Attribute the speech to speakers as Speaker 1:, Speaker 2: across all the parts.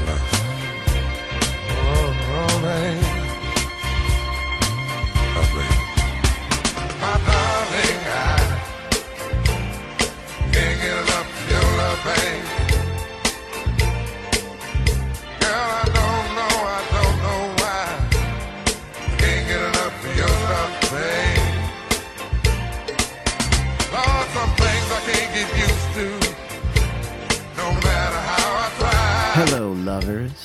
Speaker 1: enough. Oh, oh, baby. Oh, baby. My darling, I can't get enough of your love, baby. Girl, I don't know, I don't know why. Can't get enough of your love, baby. Lord, some things I can't get used to. No matter how I try.
Speaker 2: Hello, lovers.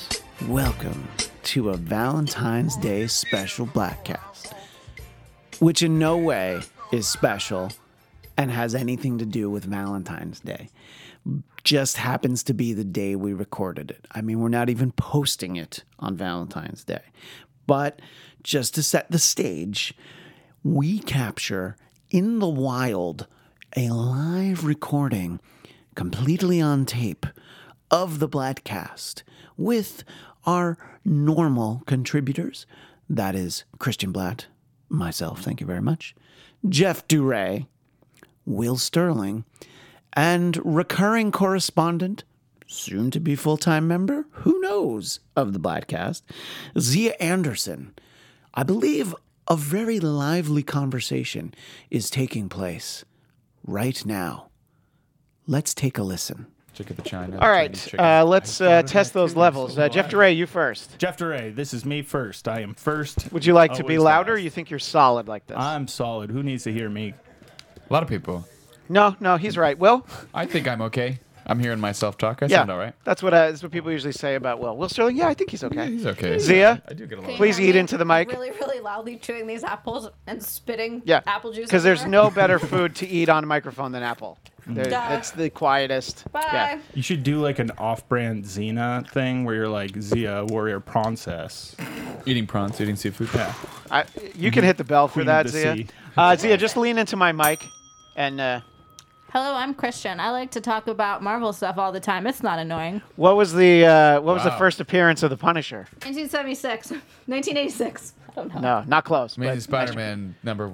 Speaker 2: Welcome to a Valentine's Day special Blackcast, which in no way is special and has anything to do with Valentine's Day. Just happens to be the day we recorded it. I mean, we're not even posting it on Valentine's Day. But just to set the stage, we capture in the wild a live recording completely on tape of the Blatcast with our normal contributors. That is Christian Blatt, myself, thank you very much, Jeff Duray, Will Sterling, and recurring correspondent, soon to be full time member, who knows, of the Blatcast, Zia Anderson. I believe a very lively conversation is taking place right now. Let's take a listen.
Speaker 3: Chicken the China.
Speaker 4: All right, uh, let's uh, test those levels. Uh, Jeff DeRay, you first.
Speaker 5: Jeff DeRay, this is me first. I am first.
Speaker 4: Would you like
Speaker 3: Oh,
Speaker 4: to be
Speaker 5: Always
Speaker 4: louder? Or
Speaker 5: last.
Speaker 4: you think you're solid like this?
Speaker 3: Uh,
Speaker 5: I'm solid. Who needs to hear me?
Speaker 3: a lot of people.
Speaker 4: no, no, he's right. Will,
Speaker 3: I think I'm okay. I'm hearing myself talk. I
Speaker 4: yeah,
Speaker 3: sound all right.
Speaker 4: that's what uh, that's what people usually say about Will. Will Sterling, yeah, I think he's okay.
Speaker 3: He's okay.
Speaker 4: Zia,
Speaker 3: I do get a
Speaker 6: Can
Speaker 3: lot.
Speaker 6: you
Speaker 3: Of-
Speaker 4: Please
Speaker 6: hear
Speaker 4: eat
Speaker 6: me
Speaker 4: into the mic.
Speaker 6: Really, really loudly chewing these apples and spitting
Speaker 4: yeah,
Speaker 6: apple juice.
Speaker 4: because there's
Speaker 6: everywhere.
Speaker 4: no better food to eat on a microphone than apple. There-
Speaker 6: Duh.
Speaker 4: That's the quietest.
Speaker 6: Bye.
Speaker 4: Yeah.
Speaker 5: You should do like an off-brand Xena thing where you're like Zia Warrior Princess.
Speaker 3: eating prawns, eating seafood.
Speaker 5: Yeah.
Speaker 4: I, you can hit the bell for
Speaker 5: Queen of
Speaker 4: that,
Speaker 5: the
Speaker 4: Zia.
Speaker 5: sea.
Speaker 4: Uh, Zia, just lean into my mic, and uh,
Speaker 6: Hello, I'm Christian. I like to talk about Marvel stuff all the time. It's not annoying.
Speaker 4: what was the uh, what was the
Speaker 3: Wow.
Speaker 4: first appearance of the Punisher?
Speaker 6: 1976, 1986. I don't know.
Speaker 4: No, not close.
Speaker 3: Amazing
Speaker 4: but-
Speaker 3: Spider-Man number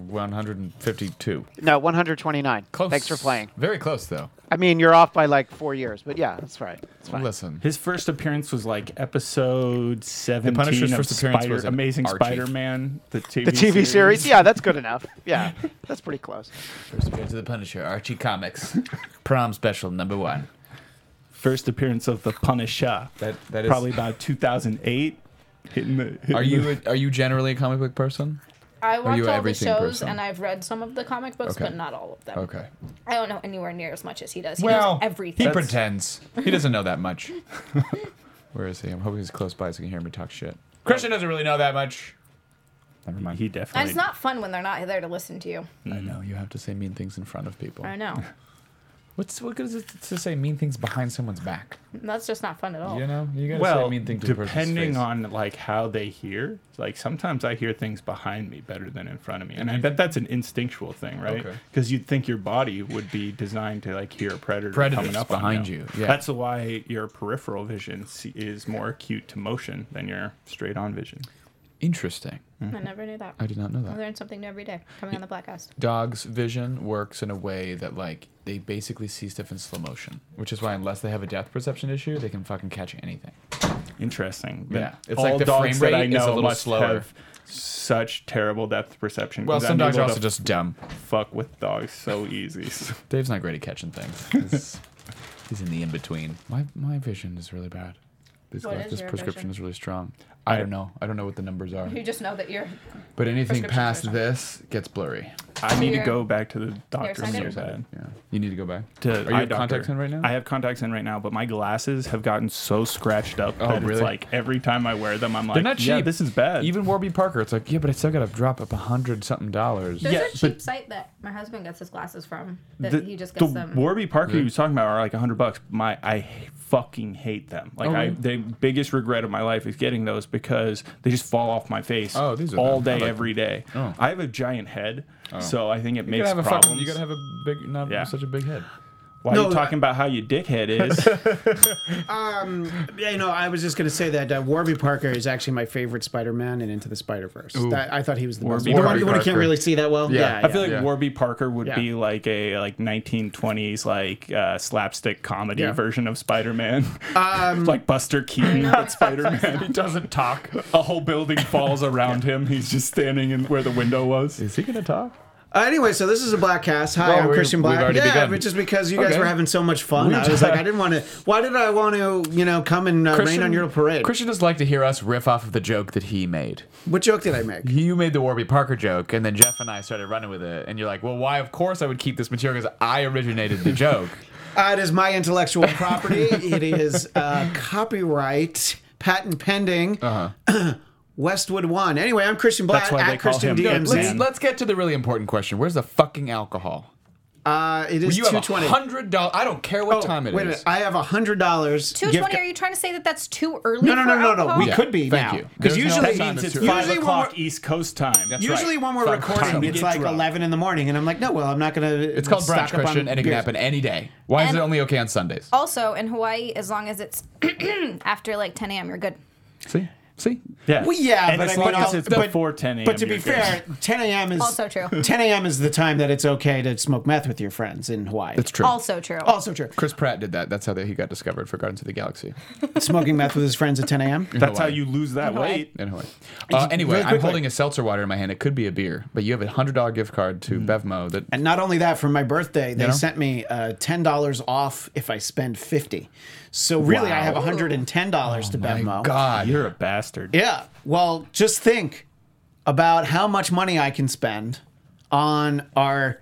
Speaker 3: 152.
Speaker 4: No, 129.
Speaker 3: Close.
Speaker 4: Thanks for playing.
Speaker 3: Very close though.
Speaker 4: I mean, you're off by like four years, but yeah, that's right. That's fine.
Speaker 3: Listen.
Speaker 5: His first appearance was like episode 17
Speaker 3: Punisher's
Speaker 5: of
Speaker 3: first appearance
Speaker 5: Spider-
Speaker 3: was in
Speaker 5: Amazing
Speaker 3: Archie.
Speaker 5: Spider-Man, the TV
Speaker 4: The TV series. yeah, that's good enough. Yeah, that's pretty close.
Speaker 3: First appearance of the Punisher, Archie Comics, prom special number one.
Speaker 5: First appearance of the Punisher.
Speaker 3: That- that is-
Speaker 5: probably about 2008. Hitting the, hitting
Speaker 3: Are you
Speaker 5: the-
Speaker 3: a, are you generally a comic book person?
Speaker 6: I watch
Speaker 3: you
Speaker 6: all the
Speaker 3: everything
Speaker 6: shows
Speaker 3: person?
Speaker 6: and I've read some of the comic books,
Speaker 3: Okay.
Speaker 6: but not all of them.
Speaker 3: Okay.
Speaker 6: I don't know anywhere near as much as he does. He
Speaker 3: well,
Speaker 6: knows everything.
Speaker 3: he pretends. He doesn't know that much. Where is he? I'm hoping he's close by so he can hear me talk shit. Oh. Christian doesn't really know that much. Never mind.
Speaker 5: He
Speaker 6: and
Speaker 5: definitely.
Speaker 6: it's not fun when they're not there to listen to you.
Speaker 3: I know you have to say mean things in front of people.
Speaker 6: I know.
Speaker 3: What's what good is it to say mean things behind someone's back?
Speaker 6: That's just not fun at all.
Speaker 3: You know, you gotta
Speaker 5: well,
Speaker 3: say mean things to a person's
Speaker 5: depending
Speaker 3: face.
Speaker 5: on like how they hear, like sometimes I hear things behind me better than in front of me, and I bet that's an instinctual thing, right?
Speaker 3: Mm-hmm. Okay.
Speaker 5: Because you'd think your body would be designed to like hear a predator
Speaker 3: Predators
Speaker 5: coming up on
Speaker 3: behind you, yeah.
Speaker 5: That's why your peripheral vision se- is more acute to motion than your straight-on vision.
Speaker 3: Interesting.
Speaker 6: I never knew that.
Speaker 3: I did not know
Speaker 6: I
Speaker 3: that.
Speaker 6: learn something new every day coming on the Blackcast.
Speaker 3: Dogs' vision works in a way that like they basically see stuff in slow motion, which is why unless they have a depth perception issue, they can fucking catch anything.
Speaker 5: Interesting.
Speaker 3: Yeah. It's
Speaker 5: all
Speaker 3: like the
Speaker 5: dogs
Speaker 3: frame
Speaker 5: that I
Speaker 3: rate is a
Speaker 5: know
Speaker 3: little
Speaker 5: must
Speaker 3: slower.
Speaker 5: have such terrible depth perception.
Speaker 3: Well,
Speaker 5: 'cause
Speaker 3: some
Speaker 5: I'm
Speaker 3: dogs are
Speaker 5: able to
Speaker 3: also just dumb.
Speaker 5: fuck with dogs so easy. So-
Speaker 3: Dave's not great at catching things. He's, he's in the in between. My my vision is really bad. This,
Speaker 6: What
Speaker 3: like,
Speaker 6: is
Speaker 3: this
Speaker 6: your
Speaker 3: prescription
Speaker 6: vision?
Speaker 3: is really strong. I don't know. I don't know what the numbers are.
Speaker 6: You just know that you're
Speaker 3: But anything
Speaker 6: prescriptions are
Speaker 3: past
Speaker 6: strong.
Speaker 3: this gets blurry.
Speaker 5: I need to
Speaker 6: you're-
Speaker 5: go back to the doctor
Speaker 6: second?
Speaker 5: so
Speaker 6: You're
Speaker 5: bad.
Speaker 3: Yeah. You need to go back.
Speaker 5: to
Speaker 3: are you
Speaker 5: eye
Speaker 3: have contacts
Speaker 5: doctor.
Speaker 3: in right now?
Speaker 5: I have contacts in right now, but my glasses have gotten so scratched up
Speaker 3: Oh,
Speaker 5: that
Speaker 3: really?
Speaker 5: it's like every time I wear them, I'm like,
Speaker 3: They're not cheap.
Speaker 5: yeah, this is bad.
Speaker 3: Even Warby Parker, it's like, yeah, but I still got to drop up a hundred something dollars.
Speaker 6: There's
Speaker 5: Yeah,
Speaker 6: a cheap
Speaker 5: but-
Speaker 6: site that my husband gets his glasses from. That
Speaker 5: the,
Speaker 6: he just
Speaker 5: the
Speaker 6: gets them.
Speaker 5: Warby Parker you was talking about are like hundred bucks. My I h- fucking hate them. Like
Speaker 3: Oh,
Speaker 5: I
Speaker 3: really?
Speaker 5: they my biggest regret of my life is getting those because they just fall off my face
Speaker 7: Oh, these are
Speaker 5: all
Speaker 7: them. I
Speaker 5: day,
Speaker 7: like
Speaker 5: every day.
Speaker 7: Oh.
Speaker 5: I have a giant head, so I think it
Speaker 7: You
Speaker 5: makes
Speaker 7: gotta have a
Speaker 5: problems.
Speaker 7: fucking, you gotta have a big, not
Speaker 5: Yeah.
Speaker 7: such a big head.
Speaker 5: Why are
Speaker 2: No,
Speaker 5: you talking about how your dickhead is?
Speaker 2: Yeah, you know, I was just gonna say that uh, Warby Parker is actually my favorite Spider-Man in Into the Spider-Verse. That, I thought he was the
Speaker 5: Warby
Speaker 2: best. The one, the one who
Speaker 7: Parker.
Speaker 2: can't really see that well. Yeah,
Speaker 5: I feel
Speaker 2: yeah.
Speaker 5: like
Speaker 7: Yeah.
Speaker 5: Warby Parker would
Speaker 2: Yeah.
Speaker 5: be like a like 1920s like uh, slapstick comedy
Speaker 2: Yeah. Um,
Speaker 5: version of Spider-Man, like Buster Keaton, but Spider-Man. he doesn't talk. A whole building falls around him. He's just standing in where the window was.
Speaker 7: Is he gonna talk?
Speaker 2: Uh, anyway, so this is a black cast. Hi,
Speaker 7: Well,
Speaker 2: I'm
Speaker 7: we've-
Speaker 2: Christian Black.
Speaker 7: we've already
Speaker 2: yeah,
Speaker 7: begun.
Speaker 2: but just because you guys
Speaker 7: Okay.
Speaker 2: were having so much fun, I was like, I didn't want to. Why did I want to, you know, come and uh, rain on your parade?
Speaker 3: Christian does like to hear us riff off of the joke that he made.
Speaker 2: What joke did I make?
Speaker 3: You made the Warby Parker joke, and then Jeff and I started running with it. And you're like, well, why? Of course I would keep this material because I originated the joke.
Speaker 2: Uh, it is my intellectual property. it is uh, copyright, patent pending. Uh-huh. Westwood One. Anyway, I'm Christian Black
Speaker 5: That's why
Speaker 2: at
Speaker 5: they call
Speaker 2: Christian
Speaker 5: him Good
Speaker 2: DMZ.
Speaker 3: let's,
Speaker 5: Man.
Speaker 3: let's get to the really important question. Where's the fucking alcohol?
Speaker 2: Uh, it is
Speaker 3: you
Speaker 2: two
Speaker 3: have
Speaker 2: twenty. Oh,
Speaker 3: hundred dollars. I don't care what time it is.
Speaker 2: Wait a minute. I have a hundred dollars.
Speaker 6: Two twenty? Are you trying to say that that's too early?
Speaker 2: No, no,
Speaker 6: for
Speaker 2: no, no, no.
Speaker 6: alcohol?
Speaker 2: We
Speaker 3: Yeah,
Speaker 2: could be
Speaker 3: thank
Speaker 2: now
Speaker 3: you.
Speaker 2: because
Speaker 3: There's no
Speaker 2: usually
Speaker 3: time
Speaker 5: means
Speaker 3: that's
Speaker 5: it's
Speaker 3: too early.
Speaker 5: five
Speaker 2: Usually when
Speaker 5: o'clock
Speaker 2: we're-
Speaker 5: East Coast time. That's
Speaker 2: Usually when we're
Speaker 3: Fuck time.
Speaker 2: recording,
Speaker 5: We
Speaker 2: it's
Speaker 5: get
Speaker 2: like
Speaker 5: drunk.
Speaker 2: eleven in the morning, and I'm like, no, well, I'm not gonna.
Speaker 3: It's called brunch, Christian, and it can happen any day. Why is
Speaker 6: And-
Speaker 3: it only okay on Sundays?
Speaker 6: Also, in Hawaii, as long as it's after like 10 a.m., you're good.
Speaker 3: See, see,
Speaker 5: Yeah.
Speaker 2: Well, yeah,
Speaker 5: and
Speaker 2: but
Speaker 5: as
Speaker 2: I mean,
Speaker 5: long as
Speaker 2: also-
Speaker 5: it's
Speaker 2: but-
Speaker 5: before 10 a.m.
Speaker 2: But to be
Speaker 5: you're good.
Speaker 2: fair, 10 a.m. is
Speaker 6: Also true.
Speaker 2: 10 a.m. is the time that it's okay to smoke meth with your friends in Hawaii.
Speaker 3: that's true.
Speaker 6: Also true.
Speaker 2: Also true.
Speaker 3: Chris Pratt did that. That's how that he got discovered for Guardians of the Galaxy
Speaker 2: Smoking meth with his friends at 10 a.m.
Speaker 5: that's how
Speaker 3: Hawaii.
Speaker 5: you lose that
Speaker 6: Hawaii.
Speaker 5: weight.
Speaker 3: in Hawaii. Uh, anyway,
Speaker 2: really
Speaker 3: I'm
Speaker 2: quickly.
Speaker 3: holding a seltzer water in my hand. It could be a beer, but you have a hundred dollar gift card to
Speaker 2: Mm.
Speaker 3: Bevmo. That
Speaker 2: And not only that, for my birthday, they
Speaker 3: know?
Speaker 2: sent me uh, ten dollars off if I spend fifty. So really, I have
Speaker 3: Wow. Oh
Speaker 2: hundred and ten dollars to
Speaker 3: my
Speaker 2: Venmo.
Speaker 3: God,
Speaker 5: You're a bastard.
Speaker 2: Yeah. Well, just think about how much money I can spend on our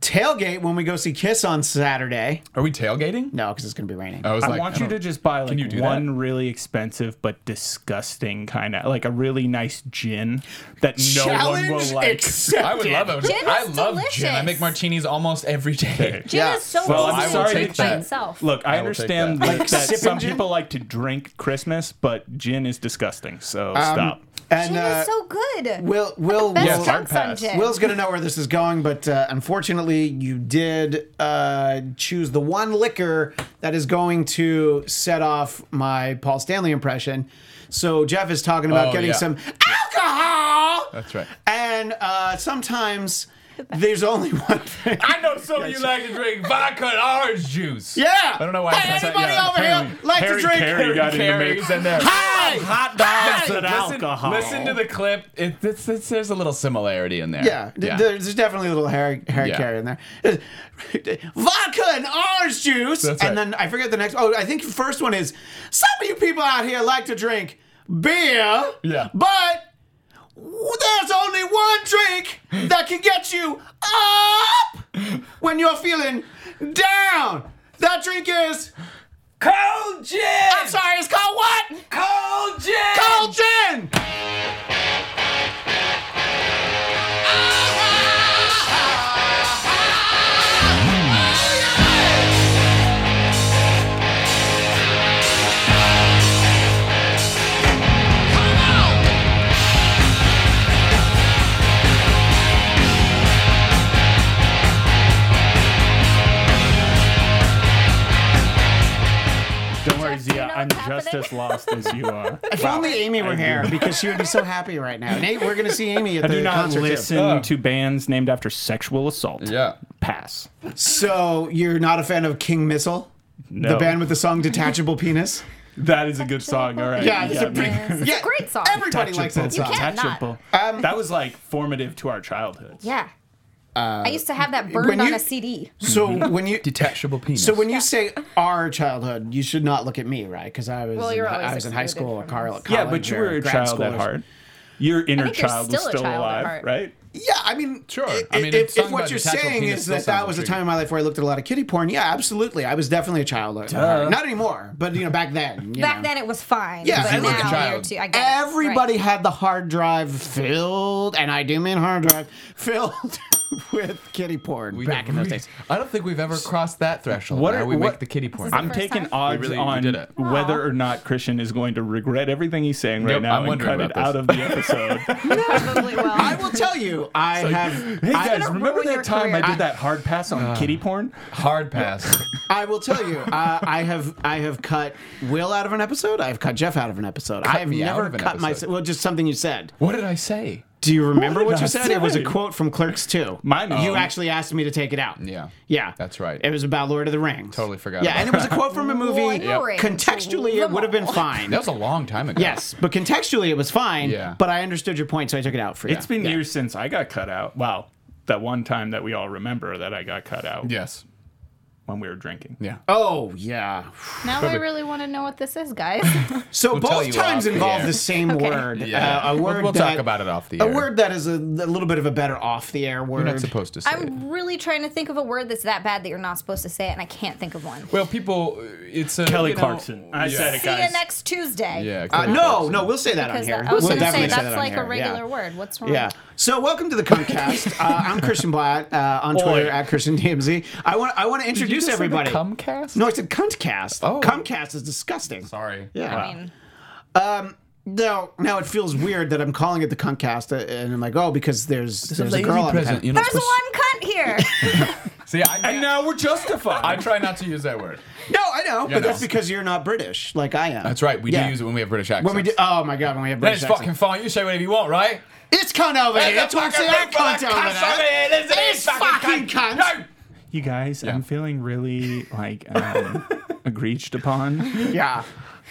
Speaker 2: tailgate when we go see Kiss on Saturday.
Speaker 3: are we tailgating?
Speaker 2: No, because it's going to be raining.
Speaker 3: I was
Speaker 5: I
Speaker 3: like, "Oh,
Speaker 5: want
Speaker 3: I
Speaker 5: you to
Speaker 3: don't-
Speaker 5: just buy like
Speaker 3: you do
Speaker 5: one
Speaker 3: that?
Speaker 5: really expensive but disgusting kind of like a really nice gin that no
Speaker 2: Challenge
Speaker 5: one will like.
Speaker 2: accepted.
Speaker 3: I would love it.
Speaker 6: Gin
Speaker 3: I
Speaker 6: is
Speaker 3: love gin. I
Speaker 6: delicious.
Speaker 3: make martinis almost every day.
Speaker 6: Gin
Speaker 2: Yeah.
Speaker 6: is so
Speaker 5: Well,
Speaker 6: easy
Speaker 5: I'm
Speaker 6: to
Speaker 5: sorry
Speaker 3: that
Speaker 6: drink by
Speaker 3: you-
Speaker 6: itself.
Speaker 5: Look, I,
Speaker 3: I will take
Speaker 5: understand
Speaker 3: that.
Speaker 5: that,
Speaker 2: Like
Speaker 5: that
Speaker 2: sipping
Speaker 5: some
Speaker 2: gin?
Speaker 5: people like to drink Christmas, but gin is disgusting. So stop.
Speaker 2: And
Speaker 6: gin
Speaker 2: uh,
Speaker 6: is so good.
Speaker 2: Will uh, Will
Speaker 6: Best
Speaker 2: Will,
Speaker 5: Yes,
Speaker 6: chunks
Speaker 5: hard
Speaker 6: on
Speaker 5: pass.
Speaker 6: gin.
Speaker 2: Will's gonna know where this is going, but uh, unfortunately, you did uh, choose the one liquor that is going to set off my Paul Stanley impression. So Jeff is talking about
Speaker 3: Oh,
Speaker 2: getting
Speaker 3: yeah.
Speaker 2: some alcohol.
Speaker 3: That's right.
Speaker 2: And uh, sometimes there's only one thing.
Speaker 3: I know some of you like to drink vodka and orange juice.
Speaker 2: Yeah.
Speaker 3: I don't know why.
Speaker 2: Hey,
Speaker 3: it's not-
Speaker 2: anybody
Speaker 3: yeah.
Speaker 2: over here like
Speaker 5: Harry
Speaker 2: to drink?
Speaker 5: Carey got in the mix.
Speaker 3: Carries and then-
Speaker 2: Hi!
Speaker 5: Hot dogs
Speaker 2: Hey,
Speaker 5: and
Speaker 3: listen,
Speaker 5: alcohol.
Speaker 3: Listen to the clip. It, it's, it's, there's a little similarity in there.
Speaker 2: Yeah, th- there's there's definitely a little Harry, Harry
Speaker 3: Yeah.
Speaker 2: Carey in there. Vodka and orange juice,
Speaker 3: That's
Speaker 2: and
Speaker 3: right.
Speaker 2: then I forget the next. Oh, I think the first one is some of you people out here like to drink beer.
Speaker 3: Yeah.
Speaker 2: but there's only one drink that can get you up when you're feeling down. That drink is.
Speaker 3: Cold gin.
Speaker 2: I'm sorry, it's called what?
Speaker 3: Cold gin.
Speaker 2: Cold gin.
Speaker 5: Don't worry,
Speaker 6: Jeff, do you
Speaker 5: Zia.
Speaker 6: know
Speaker 5: I'm
Speaker 6: what's
Speaker 5: just
Speaker 6: happening?
Speaker 5: as lost as you are.
Speaker 2: If only Amy were here because she would be so happy right now. Nate, we're gonna see Amy at
Speaker 5: Have
Speaker 2: the
Speaker 5: you not
Speaker 2: concert. too.
Speaker 5: listened to bands named after sexual assault?
Speaker 3: Yeah.
Speaker 5: Pass.
Speaker 2: So you're not a fan of King Missile,
Speaker 5: No.
Speaker 2: the band with the song "Detachable Penis"?
Speaker 5: that is a good song. All right.
Speaker 2: Yeah,
Speaker 5: you
Speaker 2: it's
Speaker 5: got
Speaker 2: a
Speaker 5: me.
Speaker 2: pretty-
Speaker 6: It's a great song.
Speaker 2: Everybody likes that
Speaker 5: Touchable.
Speaker 2: song.
Speaker 6: You can't not.
Speaker 5: Touchable. that was like formative to our childhood.
Speaker 6: Yeah. I used to have that
Speaker 2: Uh, when
Speaker 6: burned on
Speaker 2: you-
Speaker 6: a CD.
Speaker 2: So when you
Speaker 3: Detachable penis.
Speaker 2: so when you say our childhood, you should not look at me, right? Because I was
Speaker 6: Well,
Speaker 2: in,
Speaker 6: you're
Speaker 2: I
Speaker 6: always
Speaker 2: was in high
Speaker 6: excluded
Speaker 2: school or
Speaker 6: from
Speaker 2: car-
Speaker 6: this.
Speaker 2: college.
Speaker 5: Yeah, but you were
Speaker 2: or
Speaker 5: a
Speaker 2: grad
Speaker 5: child
Speaker 2: school
Speaker 5: at
Speaker 2: or-
Speaker 5: heart. Your inner
Speaker 6: think you're
Speaker 5: child was
Speaker 6: still a
Speaker 5: still
Speaker 6: child at
Speaker 5: alive,
Speaker 6: heart.
Speaker 5: right?
Speaker 2: Yeah, I mean,
Speaker 3: Sure.
Speaker 2: i-
Speaker 3: I mean,
Speaker 2: if,
Speaker 3: if
Speaker 2: if,
Speaker 3: something
Speaker 2: what
Speaker 3: about
Speaker 2: you're
Speaker 3: detachable
Speaker 2: saying
Speaker 3: penis
Speaker 2: is
Speaker 3: still
Speaker 2: that that
Speaker 3: sounds
Speaker 2: was a
Speaker 3: intriguing.
Speaker 2: time in my life where I looked at a lot of kitty porn, yeah, absolutely. I was definitely a child. at heart. Not anymore, but you know, back then. you
Speaker 6: Back
Speaker 2: know.
Speaker 6: then it was fine.
Speaker 2: Yeah,
Speaker 6: but
Speaker 2: I was a
Speaker 6: now
Speaker 3: child.
Speaker 6: you're too. I get it. Right.
Speaker 2: Everybody had the hard drive filled, and I do mean hard drive filled with kitty porn
Speaker 3: We
Speaker 2: back in those days.
Speaker 3: I don't think we've ever crossed that threshold.
Speaker 5: What
Speaker 3: What
Speaker 5: are-
Speaker 3: we
Speaker 5: what-
Speaker 3: make the kitty porn.
Speaker 6: the
Speaker 5: I'm
Speaker 6: first
Speaker 5: taking
Speaker 6: time?
Speaker 5: odds
Speaker 3: We really- we
Speaker 5: on
Speaker 3: did it.
Speaker 5: whether or not Christian is going to regret everything he's saying right
Speaker 3: Yep,
Speaker 5: now
Speaker 3: I'm
Speaker 5: and
Speaker 3: wondering
Speaker 5: cut it
Speaker 3: about this.
Speaker 5: out of the episode.
Speaker 6: Probably will.
Speaker 2: I will tell you, I have.
Speaker 5: hey
Speaker 2: I-
Speaker 5: guys, remember
Speaker 2: their
Speaker 5: that time I
Speaker 2: career-
Speaker 5: did that hard pass on kitty porn?
Speaker 3: Hard pass.
Speaker 2: I will tell you, uh, I have I have cut Will out of an episode. I've cut Jeff out of an episode. I have
Speaker 3: me out
Speaker 2: never
Speaker 3: of an
Speaker 2: cut myself.
Speaker 3: episode.
Speaker 2: Well, just something you said.
Speaker 3: what did I say?
Speaker 2: Do you remember
Speaker 5: did
Speaker 2: what,
Speaker 5: I
Speaker 2: you said? It was
Speaker 5: say?
Speaker 2: a quote from Clerks 2.
Speaker 5: Mine was-
Speaker 2: You actually asked me to take it out.
Speaker 3: Yeah.
Speaker 2: Yeah.
Speaker 3: That's right.
Speaker 2: It was about Lord of the Rings.
Speaker 3: Totally forgot
Speaker 2: Yeah,
Speaker 3: about
Speaker 2: and it was a quote from a movie.
Speaker 6: Lord of the Rings.
Speaker 2: Contextually, it would have been fine.
Speaker 3: That was a long time ago.
Speaker 2: Yes, but contextually, it was fine.
Speaker 3: Yeah.
Speaker 2: But I understood your point, so I took it out for you.
Speaker 5: It's been
Speaker 2: Yeah.
Speaker 5: years since I got cut out. Wow. That one time that we all remember that I got cut out
Speaker 3: Yes.
Speaker 5: when we were drinking.
Speaker 3: Yeah.
Speaker 2: Oh yeah.
Speaker 6: now I really want to know what this is, guys.
Speaker 2: So
Speaker 3: tell
Speaker 2: both
Speaker 3: you
Speaker 2: times
Speaker 3: off the
Speaker 2: involve
Speaker 3: air.
Speaker 2: the same word.
Speaker 3: Yeah.
Speaker 2: Uh, a
Speaker 3: We'll-
Speaker 2: word.
Speaker 3: we'll talk
Speaker 2: that-
Speaker 3: about it off the
Speaker 2: A
Speaker 3: air.
Speaker 2: word that is a, a little bit of a better off the air word.
Speaker 3: You're not supposed to say it.
Speaker 6: I'm really trying to think of a word that's that bad that you're not supposed to say it, and I can't think of one.
Speaker 3: Well, people, uh, it's a,
Speaker 5: Kelly
Speaker 3: you know-
Speaker 5: Clarkson. I said it,
Speaker 6: See you
Speaker 5: guys.
Speaker 6: next Tuesday.
Speaker 3: Yeah.
Speaker 2: Uh,
Speaker 3: Kelly
Speaker 2: no,
Speaker 3: Clarkson.
Speaker 2: no, we'll say that on
Speaker 6: Because
Speaker 2: here.
Speaker 6: I was
Speaker 2: we'll
Speaker 6: going to say
Speaker 2: definitely say
Speaker 6: that's
Speaker 2: that on
Speaker 6: like
Speaker 2: here.
Speaker 6: a regular
Speaker 2: yeah.
Speaker 6: word. What's wrong?
Speaker 2: Yeah. So welcome to the Comcast. uh, I'm Christian Blatt uh, on Twitter
Speaker 5: Oi.
Speaker 2: at Christian DMZ. I want I want to
Speaker 3: Did you
Speaker 2: introduce
Speaker 3: just say the
Speaker 2: everybody.
Speaker 3: Comcast?
Speaker 2: no, it's a cuntcast.
Speaker 3: Oh.
Speaker 2: Comcast is disgusting.
Speaker 3: Sorry.
Speaker 2: Yeah.
Speaker 6: I mean,
Speaker 2: Now, now it feels weird that I'm calling it the Cuncast, uh, and I'm like, oh, because there's there's, a,
Speaker 3: lady
Speaker 2: girl on the
Speaker 3: present.
Speaker 2: panel.
Speaker 3: You're not
Speaker 6: there's
Speaker 3: supposed-
Speaker 6: one cunt here.
Speaker 3: See, I,
Speaker 5: And now we're justified.
Speaker 3: I try not to use that word.
Speaker 2: No, I know,
Speaker 3: Yeah,
Speaker 2: but
Speaker 3: no.
Speaker 2: that's because you're not British, like I am.
Speaker 3: That's right. We
Speaker 2: Yeah.
Speaker 3: do use it when we have British accents.
Speaker 2: When we do, oh my god, when we have
Speaker 3: That is
Speaker 2: British
Speaker 3: fucking
Speaker 2: accent.
Speaker 3: fine. You say whatever you want, right?
Speaker 2: It's cunt over here. That's
Speaker 3: There's a
Speaker 2: what I'm saying.
Speaker 3: fucking
Speaker 2: I
Speaker 3: big fella
Speaker 2: cunt over
Speaker 3: cuss over
Speaker 2: there.
Speaker 3: here. There's a big
Speaker 2: It's fucking cunt.
Speaker 3: No.
Speaker 5: you guys, I'm feeling really like um, egregious upon.
Speaker 2: Yeah.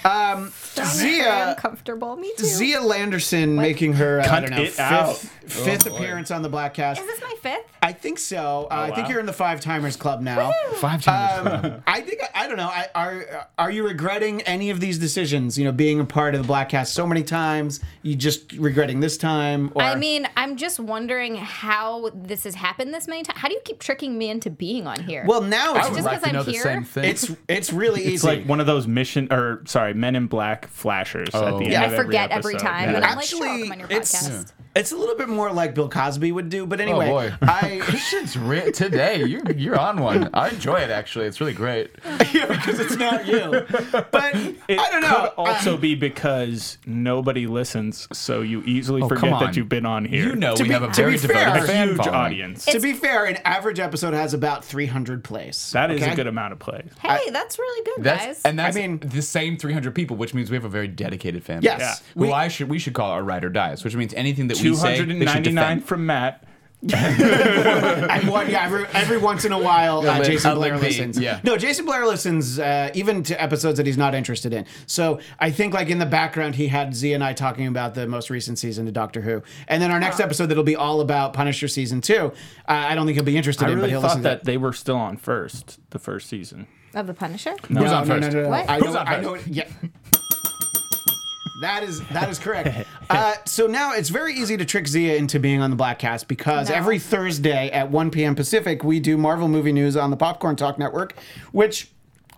Speaker 2: Um, Zia.
Speaker 6: uncomfortable. Me too.
Speaker 2: Zia Landerson making her uh, I
Speaker 5: Cunt
Speaker 2: don't know,
Speaker 5: it
Speaker 2: fifth,
Speaker 5: out.
Speaker 2: fifth appearance on the Blackcast.
Speaker 6: Is this my fifth?
Speaker 2: I think so. Uh, I think
Speaker 5: wow.
Speaker 2: you're in the five timers club now.
Speaker 3: Five times.
Speaker 2: I think I don't know. I, are are you regretting any of these decisions? You know, being a part of the Blackcast so many times, you just regretting this time? Or
Speaker 6: I mean, I'm just wondering how this has happened this many times. How do you keep tricking me into being on here?
Speaker 2: well, now
Speaker 6: would
Speaker 2: it's
Speaker 6: just
Speaker 3: like to
Speaker 6: because
Speaker 3: know
Speaker 6: I'm
Speaker 3: the
Speaker 6: here?
Speaker 3: same thing.
Speaker 2: it's it's really
Speaker 5: It's
Speaker 2: easy.
Speaker 5: like one of those mission or sorry, Men in Black flashers at the end.
Speaker 3: Yeah,
Speaker 6: I
Speaker 5: of
Speaker 6: forget
Speaker 5: every,
Speaker 6: every,
Speaker 5: episode.
Speaker 6: time,
Speaker 5: Yeah.
Speaker 6: and I'm like, sure, I'll
Speaker 2: Actually,
Speaker 6: come on your
Speaker 2: it's
Speaker 6: podcast.
Speaker 2: it's a little bit more like Bill Cosby would do. But anyway,
Speaker 3: Oh, boy.
Speaker 2: I
Speaker 3: Shit's ri- today. You you're on one. I enjoy it actually. It's really great.
Speaker 2: yeah, because it's not you. But
Speaker 5: It
Speaker 2: I don't know. Uh,
Speaker 5: could also be because nobody listens, so you easily forget
Speaker 3: Oh, come
Speaker 5: that
Speaker 3: on.
Speaker 5: you've been on here.
Speaker 3: You know we
Speaker 2: be-
Speaker 3: have a
Speaker 2: to
Speaker 3: very
Speaker 2: be
Speaker 3: devoted
Speaker 2: fair-
Speaker 5: a
Speaker 3: fan
Speaker 5: huge
Speaker 3: following.
Speaker 5: audience.
Speaker 2: to be fair, an average episode has about 300 plays.
Speaker 5: That is
Speaker 2: okay?
Speaker 5: a good amount of plays.
Speaker 6: Hey, that's really good,
Speaker 3: That's
Speaker 6: guys.
Speaker 3: and that's
Speaker 2: I mean-
Speaker 3: the same 300 people, which means we have a very dedicated fan.
Speaker 2: Yes.
Speaker 3: base,
Speaker 2: Yeah.
Speaker 3: Who I should we should call our ride or dies, which means anything that we say they should
Speaker 5: 299
Speaker 3: defend.
Speaker 5: from Matt.
Speaker 2: And one, yeah, every, every once in a while, uh,
Speaker 3: but-
Speaker 2: Jason
Speaker 3: uh,
Speaker 2: Blair
Speaker 3: like the-
Speaker 2: listens.
Speaker 3: yeah.
Speaker 2: No, Jason Blair listens uh, even to episodes that he's not interested in. So I think, like in the background, he had Z and I talking about the most recent season of Doctor Who, and then our next episode that'll be all about Punisher season two. Uh, I don't think he'll be interested
Speaker 5: I
Speaker 2: in, but
Speaker 5: really
Speaker 2: he'll
Speaker 5: thought
Speaker 2: listen.
Speaker 5: that
Speaker 2: to
Speaker 5: they were still on first, the first season.
Speaker 6: of the Punisher.
Speaker 2: No,
Speaker 3: Who's on
Speaker 2: no,
Speaker 3: first?
Speaker 2: No, no, no.
Speaker 6: What?
Speaker 2: I
Speaker 3: Who's
Speaker 2: know,
Speaker 3: on
Speaker 2: I
Speaker 3: first?
Speaker 2: know it- yeah. That is that is correct. Uh, so now it's very easy to trick Zia into being on the Blackcast because
Speaker 6: No.
Speaker 2: every Thursday at 1 p.m. Pacific we do Marvel movie news on the Popcorn Talk Network, which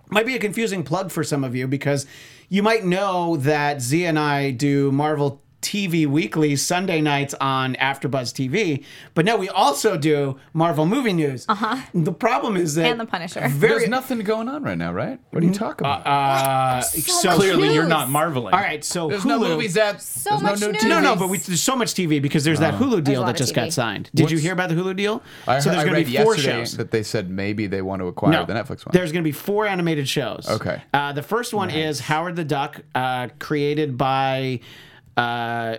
Speaker 2: might be a confusing plug for some of you because you might know that Zia and I do Marvel TV weekly Sunday nights on AfterBuzz TV, but now we also do Marvel movie news. Uh-huh. The problem is that
Speaker 6: And The Punisher.
Speaker 2: Very Mm-hmm.
Speaker 3: There's nothing going on right now, right? What do you talk about?
Speaker 2: uh,
Speaker 6: so much
Speaker 5: Clearly,
Speaker 6: News.
Speaker 5: you're not marveling.
Speaker 2: all right, so
Speaker 3: there's
Speaker 2: Hulu.
Speaker 3: no movies out. So there's
Speaker 6: much
Speaker 3: no new
Speaker 6: news.
Speaker 3: TV.
Speaker 2: No, no, but we, there's so much TV because there's that Hulu
Speaker 6: a
Speaker 2: deal
Speaker 6: lot
Speaker 2: that
Speaker 6: of
Speaker 2: just got
Speaker 6: TV.
Speaker 2: signed. Did you
Speaker 3: What's-
Speaker 2: hear about the Hulu deal?
Speaker 3: I,
Speaker 2: so
Speaker 3: heard-
Speaker 2: there's
Speaker 3: I
Speaker 2: going
Speaker 3: read
Speaker 2: to be four
Speaker 3: yesterday
Speaker 2: shows.
Speaker 3: that they said maybe they want to acquire the Netflix one.
Speaker 2: There's going to be four animated shows.
Speaker 3: Okay.
Speaker 2: Uh, the first one is Howard the Duck, uh, created by uh,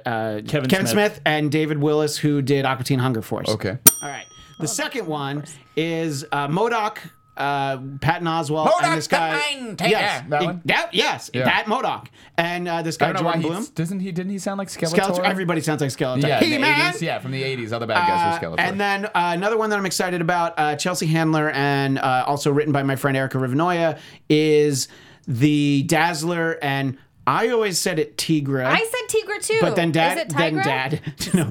Speaker 2: uh, Kevin,
Speaker 5: Smith.
Speaker 2: Smith. and David Willis, who did Aqua Teen Hunger Force.
Speaker 3: okay.
Speaker 2: All right. The second one is uh, Modoc. Uh, Patton Oswalt
Speaker 3: MODOK,
Speaker 2: and this guy.
Speaker 3: come on, take
Speaker 2: yes,
Speaker 3: that. That one?
Speaker 2: that- yes,
Speaker 3: Yeah.
Speaker 2: Pat Modoc and uh, this guy
Speaker 3: I don't know why
Speaker 2: Jordan
Speaker 3: he
Speaker 2: Bloom.
Speaker 3: doesn't he didn't he sound like Skeletor?
Speaker 2: Skeletor. Everybody sounds like Skeletor.
Speaker 3: Yeah, in the
Speaker 2: He-Man.
Speaker 3: 80s, yeah, from the 80s, all the bad guys
Speaker 2: Uh,
Speaker 3: were Skeletor.
Speaker 2: and then uh, another one that I'm excited about, uh, Chelsea Handler, and uh, also written by my friend Erica Rivenoya, is the Dazzler and I always said it Tigra.
Speaker 6: I said Tigra too.
Speaker 2: but then
Speaker 6: Is it
Speaker 2: dad, then
Speaker 6: Tigra?
Speaker 2: dad, no,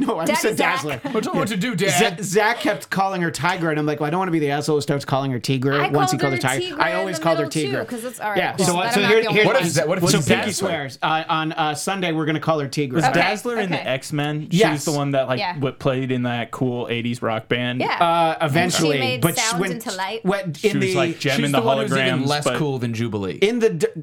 Speaker 2: no, I
Speaker 6: Dad
Speaker 2: said
Speaker 6: is Zach.
Speaker 2: Dazzler.
Speaker 3: Don't know what to do,
Speaker 2: Z- Zach kept calling her Tigra, and I'm like, well, I don't want to be the asshole who starts calling her Tigra
Speaker 6: I
Speaker 2: once he called
Speaker 6: called
Speaker 2: her
Speaker 6: her
Speaker 2: Tigra.
Speaker 6: Tigra
Speaker 2: I
Speaker 6: in
Speaker 2: always
Speaker 6: the
Speaker 2: called her
Speaker 6: middle, too,
Speaker 2: Tigra
Speaker 6: 'cause it's- all right,
Speaker 2: Yeah.
Speaker 6: cool.
Speaker 2: So,
Speaker 6: Then
Speaker 2: so
Speaker 6: I'm
Speaker 2: here,
Speaker 6: not the
Speaker 2: here
Speaker 6: only
Speaker 3: What
Speaker 6: one.
Speaker 3: is that? What if
Speaker 2: so
Speaker 3: it's
Speaker 2: Pinky
Speaker 3: Dazzler?
Speaker 2: swears uh, on uh, Sunday we're gonna call her Uh, Tigra.
Speaker 5: Was
Speaker 6: Okay,
Speaker 5: Dazzler in
Speaker 6: okay.
Speaker 5: the X Men? She
Speaker 2: Yes.
Speaker 5: was the one that like
Speaker 6: Yeah.
Speaker 5: what played in that cool '80s rock band.
Speaker 6: Yeah.
Speaker 2: uh, eventually,
Speaker 6: She made
Speaker 2: but
Speaker 6: sound
Speaker 2: when,
Speaker 6: into light.
Speaker 2: when- in
Speaker 5: She was
Speaker 2: the
Speaker 5: like Gem
Speaker 3: She's
Speaker 5: in
Speaker 3: the,
Speaker 5: the,
Speaker 3: one who's even
Speaker 5: holograms.
Speaker 3: less
Speaker 5: but
Speaker 3: cool than Jubilee.
Speaker 2: in the d-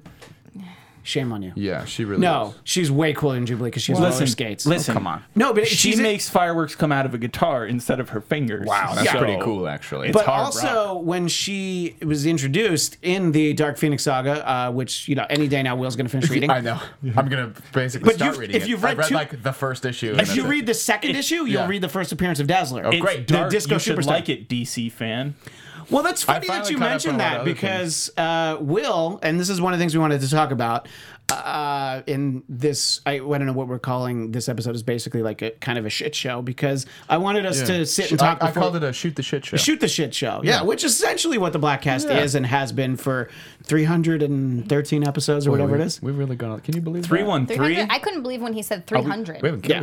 Speaker 2: shame on you.
Speaker 3: yeah, she really.
Speaker 2: No,
Speaker 3: is.
Speaker 2: she's way cooler than Jubilee because she has roller
Speaker 5: Listen,
Speaker 2: skates.
Speaker 5: listen.
Speaker 3: Oh, come on.
Speaker 2: No, but
Speaker 5: she
Speaker 2: she's in-
Speaker 5: makes fireworks come out of a guitar instead of her fingers.
Speaker 3: Wow, that's
Speaker 2: Yeah.
Speaker 3: pretty cool, actually.
Speaker 2: but also when she was introduced in the Dark Phoenix saga, uh, which you know any day now Will's going to finish reading.
Speaker 3: I know. I'm gonna basically
Speaker 2: But
Speaker 3: start
Speaker 2: you've-
Speaker 3: reading.
Speaker 2: if
Speaker 3: it.
Speaker 2: you've
Speaker 3: I've
Speaker 2: read
Speaker 3: read
Speaker 2: two-
Speaker 3: like the first issue. and
Speaker 2: If
Speaker 3: that's
Speaker 2: you
Speaker 3: it.
Speaker 2: read the second issue, you'll
Speaker 3: yeah.
Speaker 2: read the first appearance of Dazzler.
Speaker 3: It's Great,
Speaker 5: the
Speaker 3: dark.
Speaker 5: disco
Speaker 2: Disco
Speaker 5: you should
Speaker 2: Superstar.
Speaker 5: like it, DC fan.
Speaker 2: Well, that's funny that
Speaker 3: finally
Speaker 2: you
Speaker 3: caught up on
Speaker 2: mentioned
Speaker 3: all the
Speaker 2: that
Speaker 3: other
Speaker 2: because uh, Will, and this is one of the things we wanted to talk about uh, in this. I, I don't know what we're calling this episode is basically like a kind of a shit show because I wanted us to sit and
Speaker 3: I-
Speaker 2: talk.
Speaker 3: I,
Speaker 2: before-
Speaker 3: called it a shoot the shit show.
Speaker 2: shoot the shit show. Yeah, which is essentially what the Black Cast is and has been for 313 episodes or whatever it is.
Speaker 3: We've really gone. Can you believe
Speaker 5: Three
Speaker 3: that?
Speaker 5: one
Speaker 6: 300?
Speaker 5: three.
Speaker 6: I couldn't believe when he said
Speaker 3: We
Speaker 6: 300.
Speaker 3: haven't killed
Speaker 2: Yeah.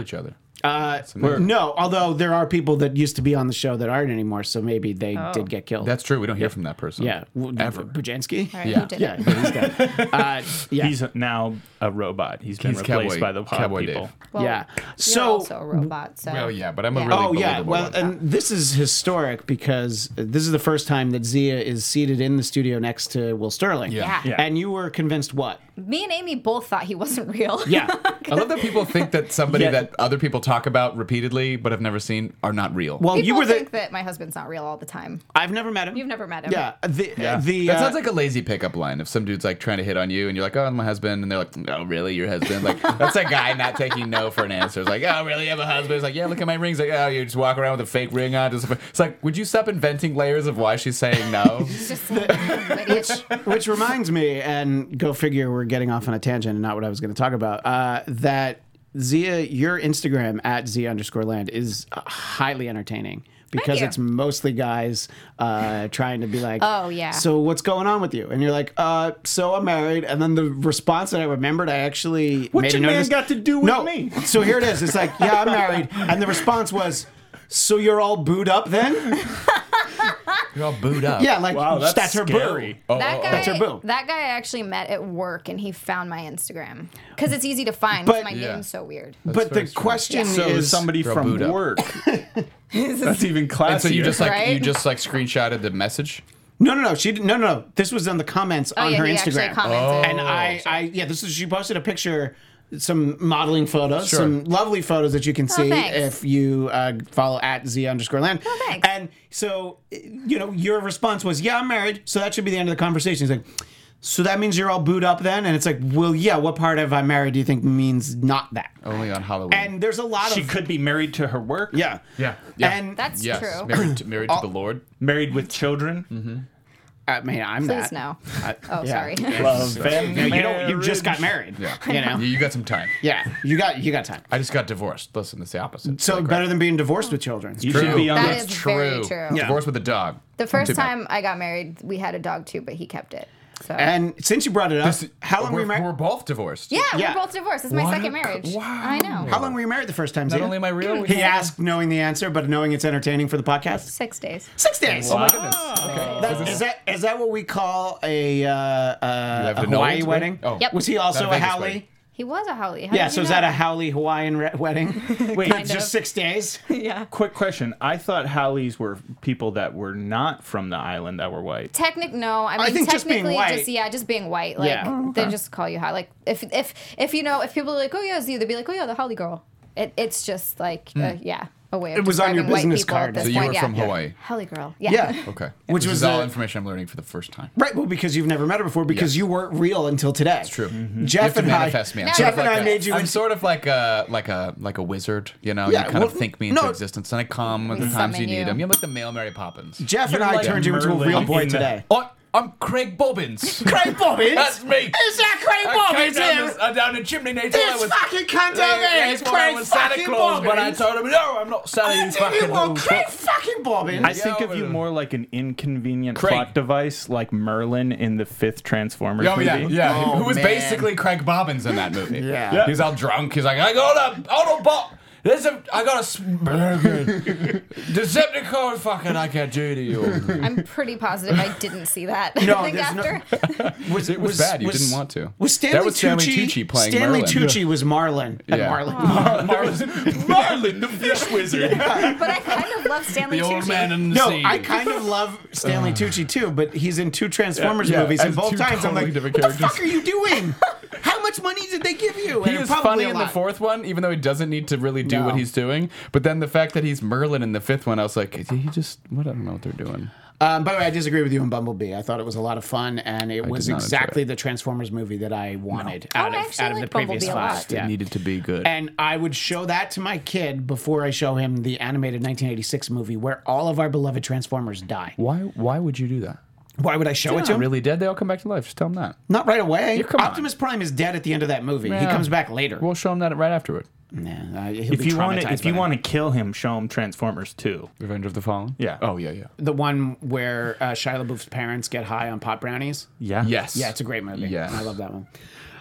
Speaker 2: Uh,
Speaker 3: each other.
Speaker 2: No, although there are people that used to be on the show that aren't anymore, so maybe they
Speaker 6: Oh.
Speaker 2: did get killed.
Speaker 3: That's true. We don't hear from that person.
Speaker 2: yeah, W-
Speaker 3: Ever.
Speaker 2: Bujansky.
Speaker 6: All right,
Speaker 3: Yeah.
Speaker 6: who did
Speaker 2: Yeah,
Speaker 6: it?
Speaker 2: he's dead. uh, yeah,
Speaker 5: He's now a robot. He's been
Speaker 3: He's
Speaker 5: replaced
Speaker 3: Cowboy-
Speaker 5: by the pod
Speaker 3: Cowboy
Speaker 5: people.
Speaker 3: Dave.
Speaker 6: Well,
Speaker 2: yeah.
Speaker 6: You're
Speaker 2: So
Speaker 6: also a robot, so.
Speaker 3: Well, yeah, but I'm a
Speaker 6: Yeah.
Speaker 3: really
Speaker 2: Oh yeah,
Speaker 3: believable
Speaker 2: well,
Speaker 3: one.
Speaker 2: and this is historic because this is the first time that Zia is seated in the studio next to Will Sterling.
Speaker 6: Yeah. Yeah.
Speaker 2: and you were convinced what?
Speaker 6: Me and Amy both thought he wasn't real.
Speaker 2: Yeah,
Speaker 3: I love that people think that somebody
Speaker 5: Yeah.
Speaker 3: that other people talk about repeatedly but have never seen are not real.
Speaker 2: well,
Speaker 6: People
Speaker 2: you were the.
Speaker 6: think that my husband's not real all the time.
Speaker 2: I've never met him.
Speaker 6: You've never met him.
Speaker 2: Yeah, uh, the the
Speaker 3: that
Speaker 2: uh,
Speaker 3: sounds like a lazy pickup line. If some dude's like trying to hit on you, and you're like, "Oh, I'm my husband," and they're like, "No, really, your husband?" Like that's a guy not taking no for an answer. It's like, "Oh, really, you have a husband?" It's like, "Yeah, look at my rings." Like, "Oh, you just walk around with a fake ring on." Just it's like, would you stop inventing layers of why she's saying no?
Speaker 6: He's just like, "You idiot."
Speaker 2: Which reminds me, and go figure, we're getting off on a tangent and not what I was going to talk about. Uh, that Zia, your Instagram at Z underscore land is highly entertaining because
Speaker 6: you.
Speaker 2: it's mostly guys uh, trying to be like,
Speaker 6: Oh, yeah.
Speaker 2: So what's going on with you? And you're like, uh, so I'm married. And then the response that I remembered, I actually
Speaker 5: What
Speaker 2: made a
Speaker 5: your
Speaker 2: note of
Speaker 5: man
Speaker 2: this.
Speaker 5: got to do with
Speaker 2: no.
Speaker 5: me?
Speaker 2: So here it is. It's like, yeah, I'm married. And the response was. So you're all booed up then?
Speaker 3: You're all booed up.
Speaker 2: Yeah, like
Speaker 5: Wow, that's,
Speaker 2: her
Speaker 5: scary.
Speaker 2: boo.
Speaker 3: Oh,
Speaker 6: That
Speaker 3: oh,
Speaker 6: guy,
Speaker 2: That's her boo.
Speaker 6: that guy I actually met at work, and he found my Instagram because it's easy to find. 'cause
Speaker 2: But-
Speaker 6: my
Speaker 3: Yeah.
Speaker 6: name's so weird.
Speaker 2: But the
Speaker 3: very strange.
Speaker 2: question
Speaker 5: So
Speaker 2: is
Speaker 5: is somebody
Speaker 3: Girl
Speaker 5: from
Speaker 3: booed up.
Speaker 5: work. that's even classier.
Speaker 3: And so you just like you
Speaker 6: Right?
Speaker 3: just like screenshotted the message.
Speaker 2: No, no, no. She didn't- no, no, no. This was on the comments
Speaker 6: Oh
Speaker 2: on
Speaker 6: yeah,
Speaker 2: her
Speaker 6: he
Speaker 2: Instagram.
Speaker 6: actually
Speaker 3: Oh,
Speaker 6: commented.
Speaker 2: And I, I, yeah, this is she posted a picture, some modeling photos,
Speaker 3: Sure.
Speaker 2: some lovely photos that you can see
Speaker 6: Oh, thanks.
Speaker 2: if you uh, follow at z underscore land.
Speaker 6: Oh, thanks.
Speaker 2: And so, you know, your response was, "Yeah, I'm married," so that should be the end of the conversation. He's like. So that means you're all booed up then, and it's like, well, yeah. What part of "I'm married" do you think means not that?
Speaker 3: Only on Halloween.
Speaker 2: And there's a lot
Speaker 5: she
Speaker 2: of
Speaker 5: could be married to her work.
Speaker 2: yeah,
Speaker 3: yeah, yeah.
Speaker 2: And
Speaker 6: That's
Speaker 3: yes,
Speaker 6: true.
Speaker 3: married to, married to the Lord.
Speaker 5: Married with children.
Speaker 2: I mean, uh, I'm
Speaker 6: Please
Speaker 2: that.
Speaker 6: no.
Speaker 2: I-
Speaker 6: Oh,
Speaker 2: yeah.
Speaker 6: sorry.
Speaker 5: Love and
Speaker 2: You don't. You
Speaker 5: marriage.
Speaker 2: just got married.
Speaker 3: Yeah.
Speaker 2: You know.
Speaker 3: You, you got some time.
Speaker 2: Yeah. You got. You got time.
Speaker 3: I just got divorced. Listen, it's the opposite.
Speaker 2: So better than being divorced with children.
Speaker 5: You should be on
Speaker 6: That
Speaker 5: this.
Speaker 6: is very true. Yeah.
Speaker 3: Divorced with a dog.
Speaker 6: The first
Speaker 3: Too bad.
Speaker 6: time I got married, we had a dog too, but he kept it. So
Speaker 2: And since you brought it up,
Speaker 3: This-
Speaker 2: how long were
Speaker 3: we're,
Speaker 2: you
Speaker 3: We're
Speaker 2: married?
Speaker 3: both divorced.
Speaker 6: yeah,
Speaker 2: yeah.
Speaker 6: we're both divorced. It's my
Speaker 3: What a-
Speaker 6: second marriage.
Speaker 3: wow.
Speaker 6: I know.
Speaker 2: How long were you married the first time?
Speaker 3: Not
Speaker 2: Zia?
Speaker 3: only am I real, we
Speaker 2: he asked, knowing the answer, but knowing it's entertaining for the podcast.
Speaker 6: Six days.
Speaker 2: Six days.
Speaker 3: Oh,
Speaker 2: Oh
Speaker 5: Wow.
Speaker 2: Ah. That- is that is that what we call a, uh, uh,
Speaker 3: have
Speaker 2: a
Speaker 3: to know
Speaker 2: Hawaii
Speaker 3: it's
Speaker 2: wedding?
Speaker 3: wedding? Oh.
Speaker 6: Yep.
Speaker 2: Was he also
Speaker 3: Not
Speaker 2: a,
Speaker 3: a Vegas
Speaker 2: Howley?
Speaker 3: wedding.
Speaker 6: He was a Howley. How
Speaker 2: Yeah.
Speaker 6: did
Speaker 2: So
Speaker 6: you
Speaker 2: is that
Speaker 6: know?
Speaker 2: a Howley Hawaiian re- wedding?
Speaker 5: Wait,
Speaker 6: Kind
Speaker 5: just
Speaker 2: Just six days.
Speaker 6: yeah.
Speaker 5: quick question. I thought Howleys were people that were not from the island that were white.
Speaker 6: Technic no, I mean
Speaker 2: think
Speaker 6: technically
Speaker 2: just being white-
Speaker 6: yeah, just being white. Like
Speaker 2: Yeah. Oh,
Speaker 6: they just call you Holly. Like if if if you know if people are like, Oh yeah, Z, they'd be like, Oh yeah, the Holly girl. It, it's just like uh, yeah, a way of
Speaker 2: It was on your
Speaker 6: describing white
Speaker 2: business
Speaker 6: people at
Speaker 2: card.
Speaker 6: this
Speaker 2: So
Speaker 3: you
Speaker 6: point,
Speaker 3: were
Speaker 6: yeah.
Speaker 3: from Hawaii.
Speaker 6: Holly girl. Yeah.
Speaker 2: Yeah.
Speaker 3: Okay.
Speaker 2: Which
Speaker 3: Which this
Speaker 2: was
Speaker 3: is all
Speaker 2: a-
Speaker 3: information I'm learning for the first time.
Speaker 2: Right. Well, because you've never met her before, because you weren't real until today. That's
Speaker 3: true. Mhm.
Speaker 2: Jeff
Speaker 3: You have to
Speaker 2: and I-
Speaker 3: manifest me. I'm
Speaker 6: Now
Speaker 3: sort of
Speaker 6: you're
Speaker 3: like
Speaker 6: gonna
Speaker 3: a-
Speaker 2: made you
Speaker 3: I'm
Speaker 2: into-
Speaker 3: sort of like a like a like a wizard. You know,
Speaker 2: Yeah,
Speaker 3: you kind
Speaker 2: well,
Speaker 3: of think me into
Speaker 2: no.
Speaker 3: existence, and I come when
Speaker 6: We
Speaker 3: the times you
Speaker 6: summon you.
Speaker 3: need them. You're like the male Mary Poppins.
Speaker 2: Jeff and
Speaker 5: You're
Speaker 2: I
Speaker 5: like
Speaker 2: turned you into a
Speaker 5: Merlin
Speaker 2: real boy
Speaker 5: in the-
Speaker 2: today.
Speaker 3: Oh, I'm Craig Bobbins.
Speaker 2: Craig Bobbins.
Speaker 3: That's me.
Speaker 2: Is that Craig
Speaker 3: I
Speaker 2: Bobbins?
Speaker 3: came, down
Speaker 2: here?
Speaker 3: this, I uh, down the chimney. They thought I
Speaker 8: This
Speaker 3: was.
Speaker 8: fucking cunt over
Speaker 3: They
Speaker 8: there is
Speaker 3: thought I
Speaker 8: playing
Speaker 3: was Santa
Speaker 8: fucking
Speaker 3: Claus, but I
Speaker 8: bobbins.
Speaker 3: told them, no, I'm not Santa. You
Speaker 8: I tell
Speaker 3: fucking
Speaker 8: you what,
Speaker 3: old
Speaker 8: quit
Speaker 3: fuck."
Speaker 8: fucking bobbins.
Speaker 5: I think of you more like an inconvenient
Speaker 3: Craig.
Speaker 5: plot device, like Merlin in the fifth Transformers
Speaker 3: Oh
Speaker 5: movie.
Speaker 3: yeah, yeah.
Speaker 8: Oh,
Speaker 3: Who was
Speaker 8: man.
Speaker 3: basically Craig Bobbins in that movie?
Speaker 8: Yeah. Yeah.
Speaker 3: He's all drunk. He's like, I got a Autobot. There's a, I got a s- Decepticon. Fucking, I can't do to you.
Speaker 6: I'm pretty positive I didn't see that.
Speaker 9: No,
Speaker 6: I think
Speaker 9: there's no-
Speaker 6: after
Speaker 9: Was,
Speaker 3: It was, bad. You didn't want to.
Speaker 9: Was Stanley
Speaker 3: that was
Speaker 9: Tucci?
Speaker 3: Stanley Tucci playing
Speaker 9: Stanley
Speaker 3: Merlin.
Speaker 9: Tucci was Marlin. And
Speaker 3: Yeah.
Speaker 9: Marlin.
Speaker 5: Merlin, the fish wizard.
Speaker 6: but I kind of love Stanley
Speaker 3: The old
Speaker 6: Tucci.
Speaker 3: man in the
Speaker 9: No,
Speaker 3: sea.
Speaker 9: I kind of love Stanley Tucci too, but he's in two Transformers
Speaker 3: Yeah,
Speaker 9: movies, and
Speaker 3: as
Speaker 9: both
Speaker 3: two
Speaker 9: times I'm
Speaker 3: totally
Speaker 9: like, "What
Speaker 3: different
Speaker 9: the fuck
Speaker 3: characters."
Speaker 9: are you doing? How much money did they give you?"
Speaker 3: He
Speaker 9: And
Speaker 3: is
Speaker 9: probably
Speaker 3: funny
Speaker 9: a
Speaker 3: in the
Speaker 9: lot.
Speaker 3: fourth one, even though he doesn't need to really do what
Speaker 9: No.
Speaker 3: he's doing. But then the fact that he's Merlin in the fifth one, I was like, did he just what? I don't know what they're doing.
Speaker 9: Um, by the way, I disagree with you on Bumblebee. I thought it was a lot of fun, and it was
Speaker 3: not enjoy
Speaker 9: exactly the Transformers movie that I wanted out
Speaker 6: Oh, I
Speaker 9: of
Speaker 6: actually
Speaker 9: out of the
Speaker 6: like
Speaker 9: previous
Speaker 6: Bumblebee a lot.
Speaker 9: five. Yeah.
Speaker 3: It needed to be good.
Speaker 9: And I would show that to my kid before I show him the animated 1986 movie where all of our beloved Transformers die.
Speaker 3: why? Why would you do that?
Speaker 9: Why would I show it to him?
Speaker 3: really dead. They all come back to life. Just tell him that.
Speaker 9: Not right away.
Speaker 3: come on.
Speaker 9: Optimus Prime is dead at the end of that movie. He
Speaker 3: Yeah.
Speaker 9: comes back later.
Speaker 3: We'll show him that right afterward.
Speaker 9: Nah, uh,
Speaker 5: If you want to, if you want to kill him, show him Transformers Two.
Speaker 3: Revenge of the Fallen.
Speaker 5: Yeah.
Speaker 3: Oh yeah, yeah.
Speaker 9: the one where uh, Shia LaBeouf's parents get high on pot brownies.
Speaker 5: Yeah.
Speaker 3: Yes.
Speaker 9: Yeah, it's a great movie.
Speaker 3: Yes.
Speaker 9: I love that one.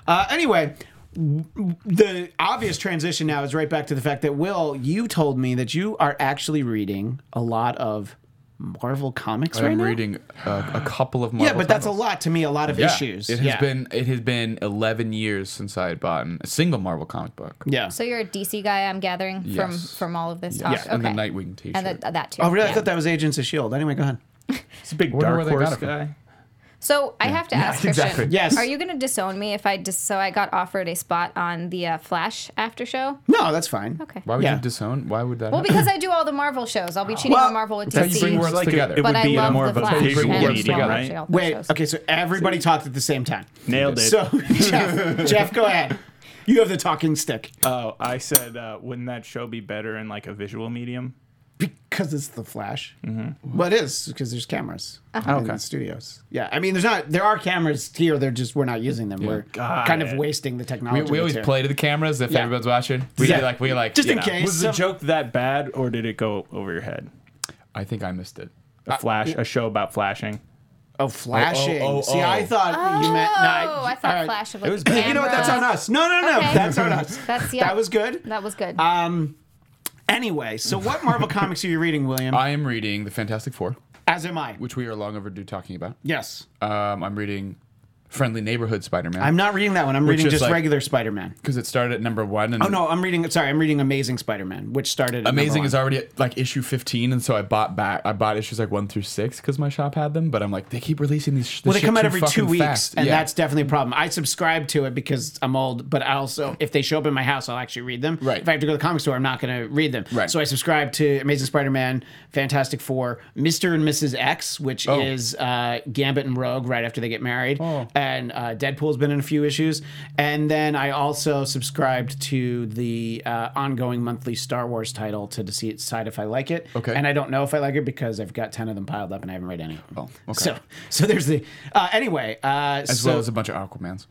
Speaker 9: Uh, anyway, w- w- the obvious transition now is right back to the fact that Will, you told me that you are actually reading a lot of Marvel comics right
Speaker 3: I'm
Speaker 9: now.
Speaker 3: reading uh, a couple of Marvel.
Speaker 9: yeah, but that's a
Speaker 3: titles.
Speaker 9: lot to me. A lot of
Speaker 3: Yeah.
Speaker 9: issues.
Speaker 3: It has
Speaker 9: Yeah.
Speaker 3: been it has been 11 years since I had bought an- a single Marvel comic book.
Speaker 9: Yeah.
Speaker 6: So you're a DC guy, I'm gathering
Speaker 3: Yes.
Speaker 6: from from all of this
Speaker 3: Yes.
Speaker 6: talk.
Speaker 3: Yeah, and the
Speaker 6: Okay.
Speaker 3: Nightwing T-shirt.
Speaker 6: And the, that too.
Speaker 9: oh, really? I
Speaker 6: yeah.
Speaker 9: thought that was Agents of
Speaker 2: E
Speaker 9: Shield. Anyway, go ahead.
Speaker 5: It's a big
Speaker 3: Wonder
Speaker 5: dark
Speaker 3: where they got
Speaker 5: horse
Speaker 3: it from.
Speaker 5: guy.
Speaker 6: So I have to ask Christian.
Speaker 9: Yes.
Speaker 6: Are you going to disown me if I dis- so I got offered a spot on the uh, Flash after show?
Speaker 9: No, that's fine.
Speaker 6: Okay.
Speaker 3: Why would
Speaker 9: Yeah.
Speaker 3: you disown? Why would that?
Speaker 6: Well,
Speaker 3: happen?
Speaker 6: because I do all the Marvel shows, I'll be cheating
Speaker 9: Well,
Speaker 6: on Marvel with
Speaker 3: that's how you
Speaker 6: DC.
Speaker 3: bring worlds
Speaker 5: Like
Speaker 3: together.
Speaker 5: it, it would
Speaker 6: but I
Speaker 5: be
Speaker 6: love
Speaker 5: more
Speaker 6: the
Speaker 5: of a
Speaker 6: Flash
Speaker 5: big
Speaker 3: Bring
Speaker 6: and
Speaker 3: worlds
Speaker 5: meeting,
Speaker 6: Marvel
Speaker 3: together.
Speaker 5: right?
Speaker 6: all the
Speaker 9: Wait.
Speaker 6: shows.
Speaker 9: Okay. So everybody talked at the same time.
Speaker 5: Nailed it.
Speaker 9: So Jeff, Jeff, go ahead. You have the talking stick
Speaker 5: oh, I said, uh, wouldn't that show be better in like a visual medium?
Speaker 9: because it's the Flash.
Speaker 3: Mm-hmm.
Speaker 9: Well, it is because there's cameras
Speaker 3: Uh-huh.
Speaker 9: in the studios. Yeah, I mean, there's not. There are cameras here. They're just we're not using them. We're
Speaker 5: Got
Speaker 9: kind of
Speaker 5: it.
Speaker 9: wasting the
Speaker 3: we,
Speaker 9: technology.
Speaker 3: we always
Speaker 9: that's here.
Speaker 3: play to the cameras if
Speaker 9: Yeah.
Speaker 3: everyone's watching. We
Speaker 9: Yeah.
Speaker 3: do like we like
Speaker 9: Just
Speaker 3: you
Speaker 9: in
Speaker 3: know.
Speaker 9: case.
Speaker 5: Was the joke that bad, or did it go over your head?
Speaker 3: I think I missed it.
Speaker 5: A flash, a show about flashing.
Speaker 9: Oh, flashing.
Speaker 3: Oh, oh, oh,
Speaker 9: See, I
Speaker 3: oh.
Speaker 9: thought you meant.
Speaker 6: Oh,
Speaker 9: No,
Speaker 6: I thought
Speaker 9: all right.
Speaker 6: Flash of like
Speaker 9: You know what? That's on
Speaker 6: cameras.
Speaker 9: us. No, no, no.
Speaker 6: Okay.
Speaker 9: That's on us.
Speaker 6: That's yeah.
Speaker 9: That was good.
Speaker 6: That was good.
Speaker 9: Um. Anyway, so what Marvel comics are you reading, William?
Speaker 3: I am reading the Fantastic Four,
Speaker 9: As am I.
Speaker 3: which we are long overdue talking about.
Speaker 9: Yes.
Speaker 3: Um, I'm reading Friendly Neighborhood Spider-Man.
Speaker 9: I'm not reading that one. I'm
Speaker 3: Which
Speaker 9: reading
Speaker 3: is
Speaker 9: just
Speaker 3: like-
Speaker 9: regular Spider-Man.
Speaker 3: because it started at number one. And
Speaker 9: Oh no, I'm reading. Sorry, I'm reading Amazing Spider-Man, which started. At
Speaker 3: Amazing
Speaker 9: number
Speaker 3: is
Speaker 9: one.
Speaker 3: already at like issue 15, and so I bought back. I bought issues like one through six because my shop had them. But I'm like, they keep releasing these. Sh- this
Speaker 9: Well, they
Speaker 3: shit
Speaker 9: come out
Speaker 3: too
Speaker 9: every two
Speaker 3: fucking
Speaker 9: weeks,
Speaker 3: fast.
Speaker 9: and
Speaker 3: Yeah.
Speaker 9: that's definitely a problem. I subscribe to it because I'm old, but I also, if they show up in my house, I'll actually read them.
Speaker 3: Mm. Right.
Speaker 9: If I have to go to the comic store, I'm not going to read them.
Speaker 3: Right.
Speaker 9: So I subscribe to Amazing Spider-Man, Fantastic Four, Mister and Mrs. X, which
Speaker 3: Oh.
Speaker 9: is uh, Gambit and Rogue right after they get married, and uh, Deadpool's been in a few issues, and then I also subscribed to the uh, ongoing monthly Star Wars title to decide if I like it.
Speaker 3: Okay.
Speaker 9: And I don't know if I like it because I've got ten of them piled up and I haven't read any. of them.
Speaker 3: Oh, okay.
Speaker 9: So, so there's the uh, anyway. Uh,
Speaker 3: as
Speaker 9: so,
Speaker 3: well as a bunch of Aquamans.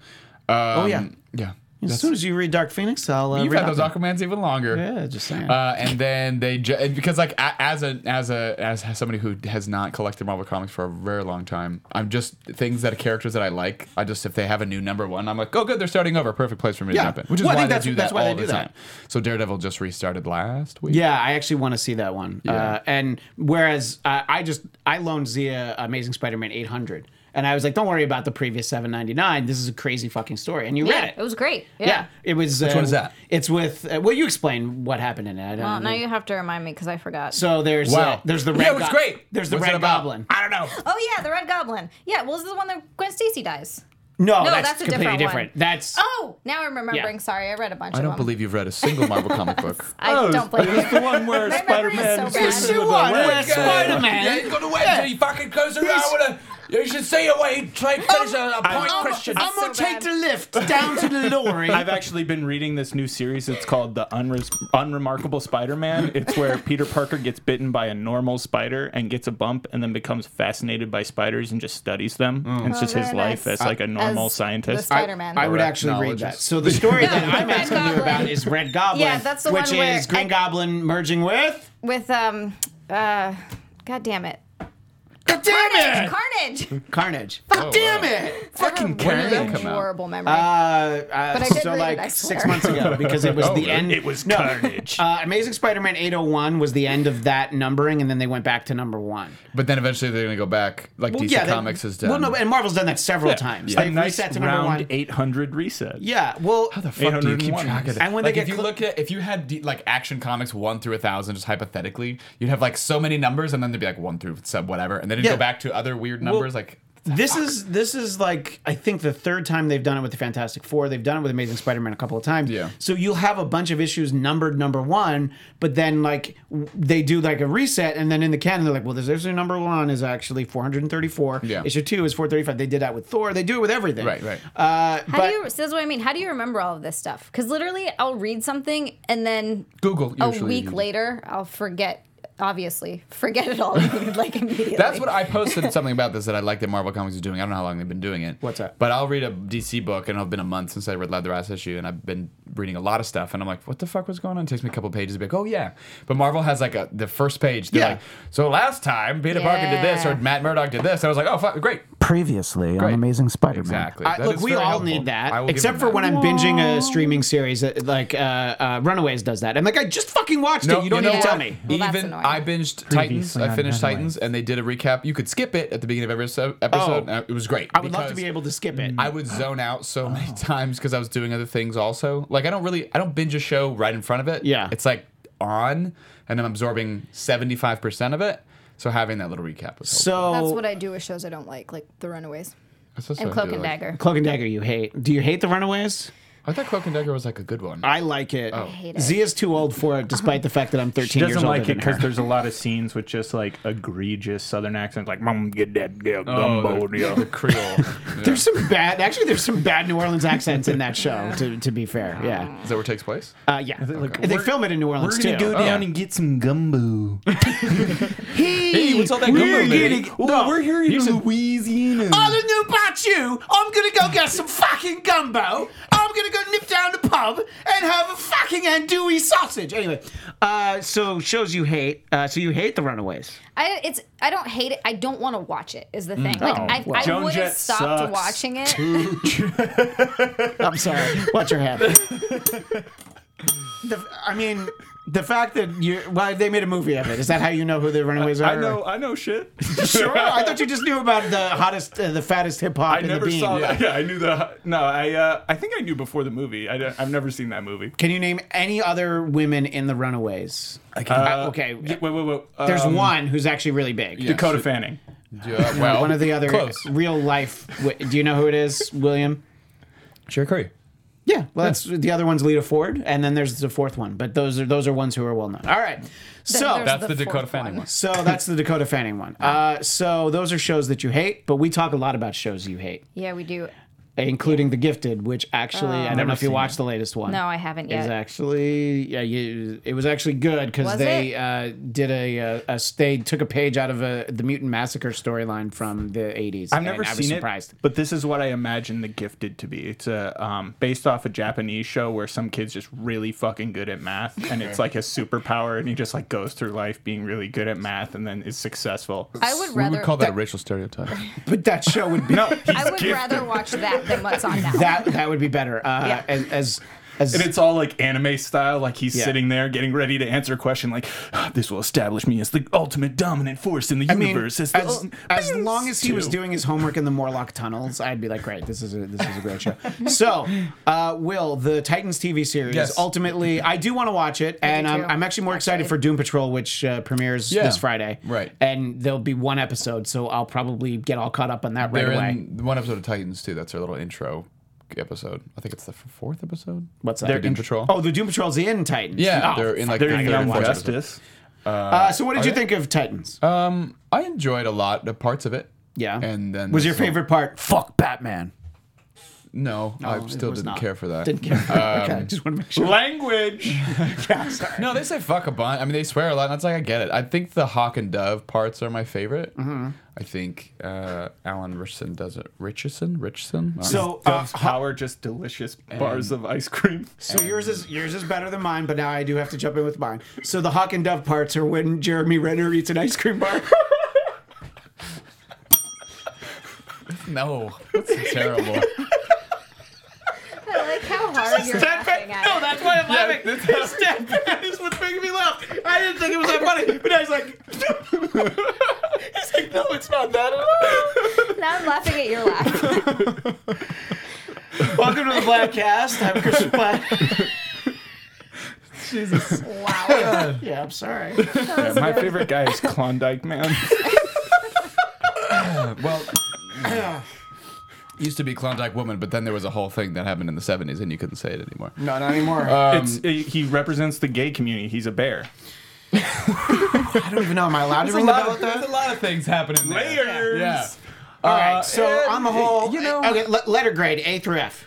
Speaker 3: Um, oh
Speaker 9: yeah.
Speaker 3: yeah.
Speaker 9: as
Speaker 3: That's-
Speaker 9: soon as you read Dark Phoenix, I'll uh,
Speaker 3: You've
Speaker 9: read
Speaker 3: had those
Speaker 9: Aquaman.
Speaker 3: Aquamans even longer.
Speaker 9: Yeah, just saying.
Speaker 3: Uh, and then they ju- and because like a- as a as a as somebody who has not collected Marvel comics for a very long time, I'm just things that characters that I like. I just if they have a new number one, I'm like, oh good, they're starting over, perfect place for me
Speaker 9: Yeah.
Speaker 3: to jump in. Which is
Speaker 9: Well, I
Speaker 3: why
Speaker 9: think
Speaker 3: they
Speaker 9: that's-
Speaker 3: do
Speaker 9: that's
Speaker 3: that
Speaker 9: why they
Speaker 3: all
Speaker 9: do
Speaker 3: the
Speaker 9: that.
Speaker 3: time. So Daredevil just restarted last week.
Speaker 9: yeah, I actually want to see that one. Uh,
Speaker 3: Yeah.
Speaker 9: and whereas uh, I just I loaned Zia Amazing Spider-Man 800, and I was like, don't worry about the previous 799. This is a crazy fucking story, and you read
Speaker 6: yeah,
Speaker 9: it.
Speaker 6: it was great. Yeah.
Speaker 9: yeah. it was. Which
Speaker 3: one is that?
Speaker 9: It's with. Uh, well, you explain what happened in it. I don't
Speaker 6: Well,
Speaker 9: know.
Speaker 6: now you have to remind me because I forgot.
Speaker 9: so there's
Speaker 3: Wow.
Speaker 9: uh, there's the
Speaker 3: Yeah,
Speaker 9: red.
Speaker 3: it was great.
Speaker 9: There's the
Speaker 3: What's it
Speaker 9: red
Speaker 3: about?
Speaker 9: goblin.
Speaker 3: I don't know.
Speaker 6: oh yeah, the Red Goblin. Yeah, well, this is the one that Gwen Stacy dies.
Speaker 9: No,
Speaker 6: No,
Speaker 9: that's,
Speaker 6: that's a
Speaker 9: completely
Speaker 6: different one.
Speaker 9: different. That's
Speaker 6: Oh, now I'm remembering.
Speaker 9: Yeah.
Speaker 6: Sorry, I read a bunch
Speaker 3: I
Speaker 6: of them.
Speaker 3: don't believe you've read a single Marvel comic book.
Speaker 6: I
Speaker 9: Oh,
Speaker 6: don't believe
Speaker 5: Oh, It was the
Speaker 6: it.
Speaker 5: one where
Speaker 6: My memory is
Speaker 5: Spider-Man
Speaker 6: so
Speaker 5: was
Speaker 6: bad.
Speaker 5: listening to
Speaker 9: Yes, it was.
Speaker 5: the
Speaker 9: Where's
Speaker 5: web.
Speaker 9: Spider-Man?
Speaker 3: Yeah, he's got a wedge. and He fucking goes around with a You should stay away. Try to finish a, a point question.
Speaker 9: I'm gonna
Speaker 6: so
Speaker 9: take
Speaker 6: bad.
Speaker 9: the lift down to the lorry.
Speaker 5: I've actually been reading this new series. It's called The Unres- Unremarkable Spider Man. It's where Peter Parker gets bitten by a normal spider and gets a bump and then becomes fascinated by spiders and just studies them.
Speaker 9: Mm.
Speaker 5: And it's
Speaker 6: Oh,
Speaker 5: just his
Speaker 6: very
Speaker 5: life
Speaker 6: nice. Uh,
Speaker 5: as like a normal
Speaker 6: As
Speaker 5: scientist.
Speaker 6: the Spider-Man.
Speaker 9: I would
Speaker 3: Correct
Speaker 9: actually read
Speaker 3: knowledge
Speaker 9: that.
Speaker 3: is-
Speaker 9: So the story that I'm
Speaker 6: Red
Speaker 9: asking you
Speaker 6: Goblin.
Speaker 9: about is Red Goblin.
Speaker 6: Yeah, that's the
Speaker 9: which
Speaker 6: one where
Speaker 9: is Green
Speaker 6: I-
Speaker 9: Goblin merging with.
Speaker 6: with um uh god damn it
Speaker 9: God damn it!
Speaker 6: carnage carnage
Speaker 9: Carnage.
Speaker 3: wow.
Speaker 9: Fuck damn it!
Speaker 6: fucking
Speaker 3: Carnage. When did that come out?
Speaker 6: horrible memory
Speaker 9: Uh, uh,
Speaker 6: But I did
Speaker 9: so
Speaker 6: read it,
Speaker 9: like
Speaker 6: I
Speaker 9: six
Speaker 6: swear.
Speaker 9: months ago because it was
Speaker 3: Oh,
Speaker 9: the end.
Speaker 5: It was
Speaker 9: no.
Speaker 5: carnage.
Speaker 9: Uh, Amazing Spider-Man 801 was the end of that numbering, and then they went back to number one.
Speaker 3: But then eventually they're gonna go back, like DC
Speaker 9: yeah, they-
Speaker 3: Comics has done.
Speaker 9: Well, no, and Marvel's done that several times.
Speaker 5: A
Speaker 9: They've
Speaker 5: nice
Speaker 9: reset to number
Speaker 5: round
Speaker 9: one.
Speaker 5: 800 reset.
Speaker 9: Yeah, well,
Speaker 3: How the fuck do you keep
Speaker 5: 801.
Speaker 3: track of that?
Speaker 9: And when they
Speaker 3: like,
Speaker 9: get
Speaker 3: if you
Speaker 9: cl-
Speaker 3: look at if you had de- like Action Comics one through a thousand, just hypothetically, you'd have like so many numbers, and then there'd be like one through sub whatever, and then it'd
Speaker 9: Yeah.
Speaker 3: go back to other weird numbers. like
Speaker 9: this is this is like I think the third time they've done it with the Fantastic Four. They've done it with Amazing Spider-Man a couple of times.
Speaker 3: Yeah.
Speaker 9: So you'll have a bunch of issues numbered number one, but then like w- they do like a reset, and then in the canon they're like, well, this issue number one is actually 434.
Speaker 3: Yeah.
Speaker 9: Issue two is 435. They did that with Thor. They do it with everything.
Speaker 3: Right, right.
Speaker 9: Uh,
Speaker 6: how
Speaker 9: but
Speaker 6: do you so that's what i mean how do you remember all of this stuff because literally i'll read something and then
Speaker 3: Google.
Speaker 6: a
Speaker 3: usually
Speaker 6: week
Speaker 3: you-
Speaker 6: later i'll forget obviously forget it all like immediately
Speaker 3: That's what I posted something about this that I like that Marvel Comics is doing. I don't know how long they've been doing it.
Speaker 9: What's that?
Speaker 3: But I'll read a DC book, and it'll have been a month since I read the last issue, and I've been reading a lot of stuff, and I'm like, what the fuck was going on? It takes me a couple pages to be like, oh yeah. But Marvel has like a the first page. They're
Speaker 9: Yeah.
Speaker 3: like, so last time Peter Parker did this, or
Speaker 6: Yeah.
Speaker 3: Matt Murdock did this. I was like, oh fuck, great.
Speaker 2: Previously on
Speaker 3: Great.
Speaker 2: Amazing Spider-Man.
Speaker 3: Exactly.
Speaker 9: I,
Speaker 3: That
Speaker 9: look,
Speaker 3: is
Speaker 9: we
Speaker 3: very
Speaker 9: all
Speaker 3: helpful.
Speaker 9: need
Speaker 3: I will
Speaker 9: that,
Speaker 3: give
Speaker 9: except
Speaker 3: him
Speaker 9: for
Speaker 3: that.
Speaker 9: when I'm binging a streaming series, uh, like uh, uh, Runaways does that. I'm like, I just fucking watched it. You don't
Speaker 3: know
Speaker 9: need
Speaker 3: what?
Speaker 9: to tell me.
Speaker 6: Well, that's
Speaker 3: Even
Speaker 6: annoying.
Speaker 3: I binged Titans. I finished Titans, and they did a recap. You could skip it at the beginning of every so- episode.
Speaker 9: Oh.
Speaker 3: and it was great.
Speaker 9: I would love to be
Speaker 3: because Mm.
Speaker 9: able to skip it.
Speaker 3: I would zone out
Speaker 9: Oh.
Speaker 3: so many times because I was doing other things. Also, like I don't really, I don't binge a show right in front of it.
Speaker 9: Yeah.
Speaker 3: it's like on, and I'm absorbing seventy five percent of it. So having that little recap was helpful.
Speaker 9: so
Speaker 6: that's what i do with shows i don't like like the runaways
Speaker 3: That's also
Speaker 6: and
Speaker 3: how I
Speaker 6: cloak
Speaker 3: do
Speaker 6: and
Speaker 3: it.
Speaker 6: dagger
Speaker 9: Cloak and Dagger, you hate. Do you hate The Runaways?
Speaker 3: I thought Cloak and Dagger was like a good one.
Speaker 9: I like it.
Speaker 3: Oh.
Speaker 6: hate it.
Speaker 9: Zia's too old for it, despite the fact that I'm 13
Speaker 5: She
Speaker 9: years
Speaker 5: doesn't
Speaker 9: older
Speaker 5: like it
Speaker 9: than her.
Speaker 5: because there's a lot of scenes with just like egregious southern accents, like, Mom, get that
Speaker 9: Oh,
Speaker 5: girl gumbo.
Speaker 3: the, the Creole. Yeah.
Speaker 9: There's some bad. Actually, there's some bad New Orleans accents in that show. To, to be fair, yeah,
Speaker 3: Is that where it takes place?
Speaker 9: uh, yeah. They film it in New Orleans too. Oh.
Speaker 5: down and get some gumbo.
Speaker 3: Hey, what's all that gumbo? baby?
Speaker 5: we're here in Louisiana.
Speaker 9: I don't know about you. I'm gonna go get some fucking gumbo. I'm gonna go nip down the pub and have a fucking andouille sausage. Anyway, uh, so shows you hate. Uh, so you hate The Runaways.
Speaker 6: I it's I don't hate it. I don't want to watch it. Is the thing. Like I,
Speaker 9: well.
Speaker 6: I
Speaker 5: Joan
Speaker 6: would have
Speaker 5: Jett
Speaker 6: stopped
Speaker 5: sucks.
Speaker 6: watching it.
Speaker 9: I'm sorry. Watch your head. The, I mean, the fact that you well, they made a movie of it. Is that how you know who the Runaways are?
Speaker 5: I know, I know shit.
Speaker 9: Sure. Oh, I thought you just knew about the hottest, uh, the fattest hip hop.
Speaker 5: I never
Speaker 9: the bean.
Speaker 5: saw that. Yeah, I knew the. No, I uh, I think I knew before the movie. I don't, I've never seen that movie.
Speaker 9: Can you name any other women in the Runaways? I can. okay.
Speaker 5: Uh, Wait, wait, wait.
Speaker 9: There's
Speaker 5: um,
Speaker 9: one who's actually really big.
Speaker 5: Dakota Fanning.
Speaker 3: Yeah, well,
Speaker 9: One of the other
Speaker 3: close.
Speaker 9: real life. wi- Do you know who it is, William?
Speaker 3: Sherry Curry.
Speaker 9: Yeah, well, that's the other one's Lita Ford, and then there's the fourth one. But those are those are ones who are well known. All right, so
Speaker 6: there's
Speaker 3: That's the, Dakota
Speaker 6: fourth
Speaker 3: Fanning
Speaker 6: one.
Speaker 3: one.
Speaker 9: So that's the Dakota Fanning one. Uh, so those are shows that you hate, but we talk a lot about shows you hate,
Speaker 6: Yeah, we do.
Speaker 9: including The Gifted, which actually
Speaker 6: Oh.
Speaker 9: I don't know if you
Speaker 5: seen
Speaker 9: watched the latest one.
Speaker 6: No, I haven't yet.
Speaker 9: Is actually yeah, you, it was actually good because
Speaker 6: Was
Speaker 9: they
Speaker 6: it?
Speaker 9: uh, did a, uh a they took a page out of a, the Mutant Massacre storyline from the '80s.
Speaker 5: I've never
Speaker 9: and I
Speaker 5: seen
Speaker 9: was surprised.
Speaker 5: it, but this is what I imagine The Gifted to be. It's a um, based off a Japanese show where some kid's just really fucking good at math, and it's like his superpower, and he just like goes through life being really good at math, and then is successful.
Speaker 6: I
Speaker 3: We
Speaker 6: would rather.
Speaker 3: would call that a racial stereotype.
Speaker 9: But that show would be
Speaker 5: No, he's
Speaker 6: I would
Speaker 5: gifted.
Speaker 6: rather watch that than what's on now.
Speaker 9: that that would be better. Uh,
Speaker 6: Yeah.
Speaker 9: as, as as
Speaker 5: And it's all like anime style, like he's
Speaker 9: Yeah.
Speaker 5: sitting there getting ready to answer a question, like "Ah, "This will establish me as the ultimate dominant force in the
Speaker 9: I mean,
Speaker 5: universe." as, the
Speaker 9: as,
Speaker 5: ul-
Speaker 9: as long as he was
Speaker 5: Two.
Speaker 9: doing his homework in the Morlock tunnels, I'd be like, great, this is a, this is a great show. so, uh, Will, the Titans TV series,
Speaker 3: Yes.
Speaker 9: ultimately, I do want to watch it, and I'm,
Speaker 6: too,
Speaker 9: I'm actually more excited for Doom Patrol, which uh, premieres
Speaker 3: Yeah.
Speaker 9: this Friday.
Speaker 3: Right.
Speaker 9: And there'll be one episode, so I'll probably get all caught up on that right
Speaker 3: They're
Speaker 9: away.
Speaker 3: in one episode of Titans too. That's their little intro episode. I think it's the f- fourth episode.
Speaker 9: What's that?
Speaker 3: They're in patrol.
Speaker 9: Oh, the Doom Patrol's in Titans.
Speaker 3: yeah,
Speaker 9: Oh,
Speaker 3: they're in like
Speaker 5: They're
Speaker 3: the
Speaker 5: in
Speaker 3: third or
Speaker 5: Young
Speaker 3: fourth
Speaker 5: Justice.
Speaker 9: uh, so, what did you
Speaker 3: they? Uh,
Speaker 9: think of Titans?
Speaker 3: episode. Um, I enjoyed a lot the parts of it.
Speaker 2: Yeah.
Speaker 3: And then
Speaker 9: Was your
Speaker 3: this whole-
Speaker 9: favorite part? Fuck Batman.
Speaker 3: No, I
Speaker 9: it
Speaker 3: still
Speaker 9: was
Speaker 3: didn't
Speaker 9: not.
Speaker 3: care for that.
Speaker 2: Didn't care. okay, just want to make sure.
Speaker 5: Language.
Speaker 3: No, they say fuck a bunch. I mean, they swear a lot, and it's like I get it. I think the hawk and dove parts are my favorite.
Speaker 9: Mm-hmm.
Speaker 3: I think uh, Alan Richardson does it. Richardson, Richardson.
Speaker 9: So, uh,
Speaker 5: Dove's power, just delicious bars of ice cream.
Speaker 9: so yours is yours is better than mine, but now I do have to jump in with mine. So the hawk and dove parts are when Jeremy Renner eats an ice cream bar.
Speaker 3: no, that's terrible.
Speaker 6: I like how hard you're laughing at. it.
Speaker 9: that's why I'm laughing. His step back is what's making me laugh. I didn't think it was that funny, but now he's like, he's like, no, it's not that at all.
Speaker 6: Now I'm laughing at your laugh.
Speaker 9: Welcome to the Black Cast. I'm Chris Black.
Speaker 6: Wow.
Speaker 9: Yeah, I'm sorry.
Speaker 5: Yeah, my favorite guy is Klondike Man.
Speaker 3: well, used to be Klondike Woman, but then there was a whole thing that happened in the '70s, and you couldn't say it anymore.
Speaker 9: No, not anymore.
Speaker 5: it's, eh, he represents the gay community. He's a bear.
Speaker 9: I don't even know. Am I allowed to
Speaker 3: There's
Speaker 9: ring
Speaker 3: a
Speaker 9: the
Speaker 3: lot
Speaker 9: bell
Speaker 3: of,
Speaker 9: at that?
Speaker 3: there's a lot of things happening. There.
Speaker 5: Layers.
Speaker 3: Yeah.
Speaker 9: All right. So
Speaker 3: uh,
Speaker 9: on the whole,
Speaker 3: you know-
Speaker 9: okay, le- letter grade A through F.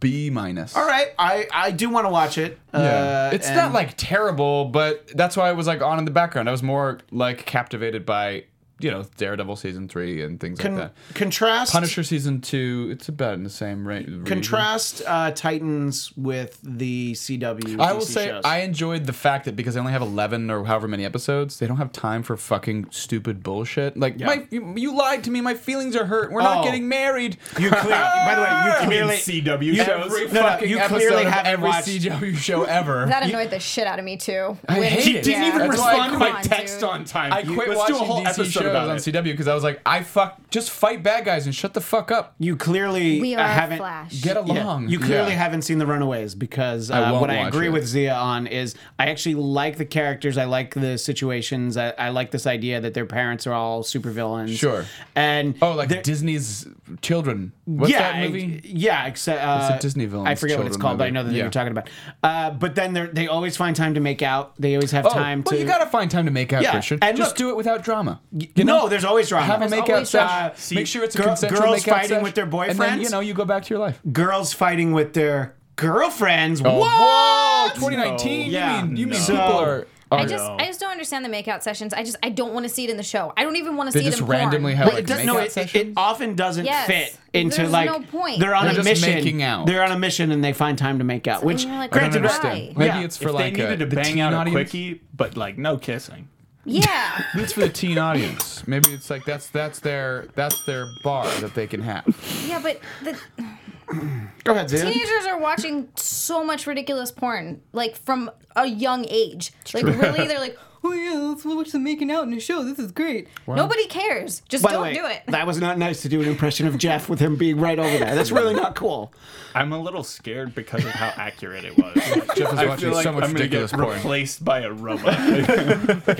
Speaker 3: B minus.
Speaker 9: All right. I I do want to watch it.
Speaker 3: Yeah.
Speaker 9: Uh,
Speaker 3: it's
Speaker 9: and-
Speaker 3: not like terrible, but that's why it was like on in the background. I was more like captivated by, you know, Daredevil season three and things
Speaker 9: Con-
Speaker 3: like that.
Speaker 9: contrast.
Speaker 3: Punisher season two, it's about in the same range.
Speaker 9: Contrast uh, Titans with the CW.
Speaker 3: I will
Speaker 9: DC
Speaker 3: say
Speaker 9: shows.
Speaker 3: I enjoyed the fact that because they only have eleven or however many episodes, they don't have time for fucking stupid bullshit. Like my, you, you lied to me. My feelings are hurt. We're
Speaker 9: Oh.
Speaker 3: not getting married.
Speaker 9: You clearly, by the way, you clearly
Speaker 5: CW shows.
Speaker 3: every
Speaker 9: no,
Speaker 3: fucking
Speaker 9: you
Speaker 3: episode
Speaker 9: clearly
Speaker 3: of
Speaker 9: haven't
Speaker 3: every
Speaker 9: watched-
Speaker 3: CW show ever.
Speaker 6: That annoyed the shit out of me too.
Speaker 3: I
Speaker 6: When-
Speaker 3: hate
Speaker 5: He
Speaker 3: it.
Speaker 5: didn't even
Speaker 3: That's why I
Speaker 5: respond to my
Speaker 6: quit.
Speaker 5: text on time.
Speaker 3: I quit
Speaker 5: Let's
Speaker 3: watching
Speaker 5: do a whole
Speaker 3: DC
Speaker 5: episode
Speaker 3: shows
Speaker 5: about
Speaker 3: on
Speaker 5: it.
Speaker 3: CW because I was like, I fuck, just fight bad guys and shut the fuck up.
Speaker 9: you clearly
Speaker 6: we
Speaker 9: uh,
Speaker 6: are
Speaker 9: haven't.
Speaker 6: Flash.
Speaker 3: Get
Speaker 9: Yeah,
Speaker 3: along.
Speaker 9: You clearly
Speaker 3: Yeah.
Speaker 9: haven't seen The Runaways because uh,
Speaker 3: I won't
Speaker 9: what I
Speaker 3: watch
Speaker 9: agree
Speaker 3: it.
Speaker 9: with Zia on is I actually like the characters. I like the situations. I, I like this idea that their parents are all supervillains.
Speaker 3: Sure.
Speaker 9: And
Speaker 3: Oh, like
Speaker 9: they're-
Speaker 3: Disney's Children. What's
Speaker 9: yeah,
Speaker 3: that movie?
Speaker 9: yeah. Except uh,
Speaker 3: It's a Disney villains
Speaker 9: I forget what it's
Speaker 3: children
Speaker 9: called, but I
Speaker 3: movie.
Speaker 9: know that
Speaker 3: Yeah.
Speaker 9: you're talking about. Uh, but then they they always find time to make out. They always have
Speaker 3: Oh,
Speaker 9: time
Speaker 3: well,
Speaker 9: to.
Speaker 3: you gotta find time to make out,
Speaker 9: Yeah,
Speaker 3: Christian.
Speaker 9: and
Speaker 3: just
Speaker 9: look-
Speaker 3: do it without drama.
Speaker 9: you know, no, there's always drama.
Speaker 3: Have a
Speaker 9: There's
Speaker 3: makeout
Speaker 6: always
Speaker 3: session.
Speaker 9: drama.
Speaker 3: Make sure it's a
Speaker 9: Girl-
Speaker 3: consensual
Speaker 9: girls
Speaker 3: makeout
Speaker 9: fighting
Speaker 3: session.
Speaker 9: with their
Speaker 3: and then you
Speaker 9: boyfriends?
Speaker 3: know you go back to your life.
Speaker 9: girls fighting with their girlfriends.
Speaker 3: Oh, whoa,
Speaker 9: what?
Speaker 3: 2019. You
Speaker 9: Yeah.
Speaker 3: mean you mean
Speaker 9: No.
Speaker 3: people are? are
Speaker 6: I just, I just don't understand the makeout sessions. I just, I don't want to see it in the show. I don't even want to
Speaker 3: they
Speaker 6: see
Speaker 3: just
Speaker 6: it in porn.
Speaker 3: randomly have
Speaker 9: But
Speaker 3: like
Speaker 9: it does,
Speaker 3: makeout
Speaker 9: no, it, it- it
Speaker 3: sessions.
Speaker 9: often doesn't
Speaker 6: Yes.
Speaker 9: fit into
Speaker 6: There's
Speaker 9: like
Speaker 6: no point.
Speaker 9: they're on
Speaker 3: They're
Speaker 9: a
Speaker 3: just
Speaker 9: mission.
Speaker 3: making out.
Speaker 9: They're on a mission and they find time to make out. Which,
Speaker 6: you're like,
Speaker 3: I don't
Speaker 9: granted,
Speaker 6: why?
Speaker 3: understand.
Speaker 6: Why?
Speaker 3: Maybe
Speaker 9: Yeah.
Speaker 3: it's
Speaker 5: If
Speaker 3: for
Speaker 5: they
Speaker 3: like
Speaker 5: needed
Speaker 3: a,
Speaker 5: to
Speaker 3: the
Speaker 5: bang
Speaker 3: teen
Speaker 5: out a
Speaker 3: audience.
Speaker 5: quickie, but like no kissing.
Speaker 6: Yeah.
Speaker 3: It's for the teen audience. Maybe it's like that's that's their that's their bar that they can have.
Speaker 6: Yeah, but the
Speaker 9: go ahead, Zia.
Speaker 6: teenagers are watching so much ridiculous porn, like from a young age. like really, they're like, oh yeah, let's watch them making out in a show. This is great. Nobody cares. Just
Speaker 9: By the
Speaker 6: don't
Speaker 9: way,
Speaker 6: do it.
Speaker 9: that was not nice to do an impression of Jeff with him being right over there. That's really not cool.
Speaker 5: I'm a little scared because of how accurate it was.
Speaker 3: Jeff is
Speaker 5: I
Speaker 3: watching
Speaker 5: feel like
Speaker 3: so much
Speaker 5: I'm gonna
Speaker 3: ridiculous
Speaker 5: get
Speaker 3: porn.
Speaker 5: replaced by a robot.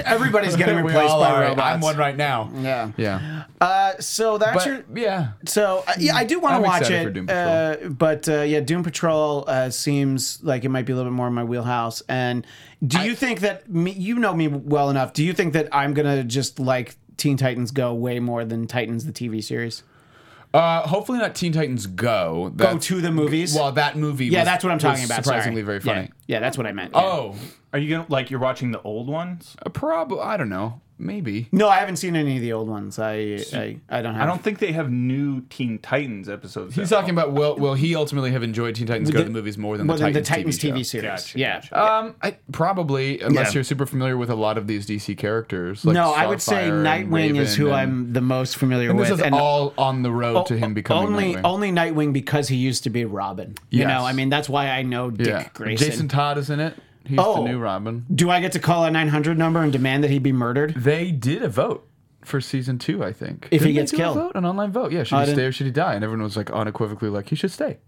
Speaker 9: Everybody's getting
Speaker 3: We
Speaker 9: replaced
Speaker 3: all
Speaker 9: by
Speaker 3: are.
Speaker 9: robots.
Speaker 3: I'm one right now.
Speaker 9: Yeah.
Speaker 3: Yeah.
Speaker 9: Uh, so that's
Speaker 3: But
Speaker 9: your.
Speaker 3: yeah.
Speaker 9: So uh, yeah, I do want
Speaker 3: Mm. I'm
Speaker 9: to watch
Speaker 3: excited
Speaker 9: it,
Speaker 3: for Doom
Speaker 2: Patrol.
Speaker 9: Uh, but uh, yeah, Doom Patrol uh, seems like it might be a little bit more in my wheelhouse. And do you think that me, you know me well enough? Do you think that I'm gonna just like Teen Titans Go way more than Titans the TV series?
Speaker 3: Uh, hopefully not Teen Titans Go. That's,
Speaker 9: Go to the movies.
Speaker 3: Well, that movie.
Speaker 9: yeah,
Speaker 3: was-
Speaker 9: that's what I'm
Speaker 3: was
Speaker 9: talking about. sorry.
Speaker 3: Surprisingly very
Speaker 9: Yeah.
Speaker 3: funny.
Speaker 9: Yeah, that's what I meant. yeah.
Speaker 3: Oh,
Speaker 5: Are you gonna like you're watching the old ones?
Speaker 3: probably. I don't know. Maybe.
Speaker 9: no, I haven't seen any of the old ones. I I, I don't have.
Speaker 5: I don't think they have new Teen Titans episodes.
Speaker 3: Uh-huh. He's
Speaker 5: out.
Speaker 3: talking about will will he ultimately have enjoyed Teen Titans Go
Speaker 9: The-
Speaker 3: the, movies more than
Speaker 9: Well,
Speaker 3: the
Speaker 9: then the
Speaker 3: Titans,
Speaker 9: Titans
Speaker 3: TV,
Speaker 9: TV,
Speaker 3: show?
Speaker 9: series.
Speaker 5: Gotcha,
Speaker 9: yeah.
Speaker 5: gotcha.
Speaker 3: Um, I, probably unless
Speaker 9: Yeah.
Speaker 3: you're super familiar with a lot of these DC characters. Like
Speaker 9: no, I would say
Speaker 3: Starfire and
Speaker 9: Nightwing is
Speaker 3: Raven
Speaker 9: who
Speaker 3: and-
Speaker 9: I'm the most familiar
Speaker 3: And
Speaker 9: with.
Speaker 3: this is
Speaker 9: and
Speaker 3: all on the road to him becoming
Speaker 9: only
Speaker 3: Nightwing.
Speaker 9: only Nightwing because he used to be Robin. You
Speaker 3: Yes.
Speaker 9: know, I mean that's why I know Dick Grayson.
Speaker 3: Jason Todd is in it. He's
Speaker 9: Oh.
Speaker 3: the new Robin.
Speaker 9: Do I get to call a nine hundred number and demand that he be murdered?
Speaker 3: They did a vote for season two, I think.
Speaker 9: If he
Speaker 3: Didn't they
Speaker 9: gets
Speaker 3: do a
Speaker 9: killed.
Speaker 3: vote? an online vote. Yeah, should
Speaker 9: I
Speaker 3: he stay
Speaker 9: didn't-
Speaker 3: or should he die? And everyone was like unequivocally like he should stay,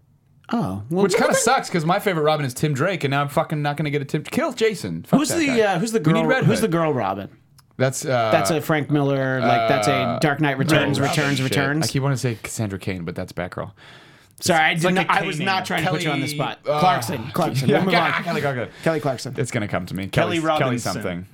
Speaker 9: Oh, well,
Speaker 3: which kind of sucks because my favorite Robin is Tim Drake, and now I'm fucking not gonna get a Tim. Kill Jason. Fuck
Speaker 9: who's
Speaker 3: that
Speaker 9: the
Speaker 3: guy.
Speaker 9: uh, who's the
Speaker 3: We
Speaker 9: girl?
Speaker 3: need Red
Speaker 9: who's the
Speaker 3: Hood.
Speaker 9: girl Robin?
Speaker 3: That's uh,
Speaker 9: That's a Frank Miller. Like that's a Dark Knight Returns,
Speaker 3: Robin
Speaker 9: returns,
Speaker 3: shit.
Speaker 9: returns.
Speaker 3: I keep wanting to say Cassandra Cain, but that's Batgirl.
Speaker 9: Sorry, I, did
Speaker 5: like
Speaker 9: not,
Speaker 5: a
Speaker 9: I was
Speaker 5: K-name.
Speaker 9: not trying to put you on the
Speaker 3: Kelly,
Speaker 9: spot.
Speaker 3: uh,
Speaker 9: Clarkson, Clarkson.
Speaker 3: Yeah,
Speaker 9: we'll move on.
Speaker 3: Kelly Clarkson.
Speaker 9: Kelly Clarkson.
Speaker 3: It's gonna come to me.
Speaker 5: Kelly
Speaker 3: Kelly Kelly
Speaker 5: Robinson.
Speaker 3: something.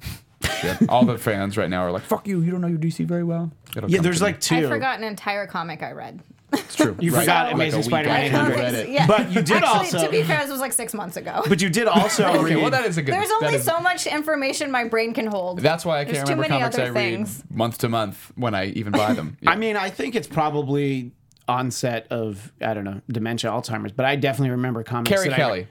Speaker 3: shit. All the fans right now are like, "Fuck you! You don't know your DC very well." It'll
Speaker 10: Yeah,
Speaker 3: come
Speaker 10: there's
Speaker 3: to me.
Speaker 10: like two.
Speaker 6: I forgot an entire comic I read.
Speaker 3: it's true.
Speaker 10: You forgot Amazing
Speaker 3: a week
Speaker 10: Spider-Man
Speaker 3: after
Speaker 10: 800.
Speaker 3: you read it.
Speaker 6: Yeah.
Speaker 10: But you did
Speaker 6: Actually,
Speaker 10: also-
Speaker 6: To be fair, this was like six months ago.
Speaker 10: But you did also
Speaker 3: Okay,
Speaker 10: read.
Speaker 3: well that is a good.
Speaker 6: There's
Speaker 3: that
Speaker 6: only
Speaker 3: is-
Speaker 6: so much information my brain can hold.
Speaker 3: That's why I
Speaker 6: There's
Speaker 3: can't
Speaker 6: too
Speaker 3: remember
Speaker 6: many
Speaker 3: comics I
Speaker 6: other
Speaker 3: read
Speaker 6: things.
Speaker 3: month to month when I even buy them. Yeah.
Speaker 9: I mean, I think it's probably onset of I don't know dementia, Alzheimer's, but I definitely remember comics.
Speaker 3: Carrie
Speaker 9: that I-
Speaker 3: Kelly.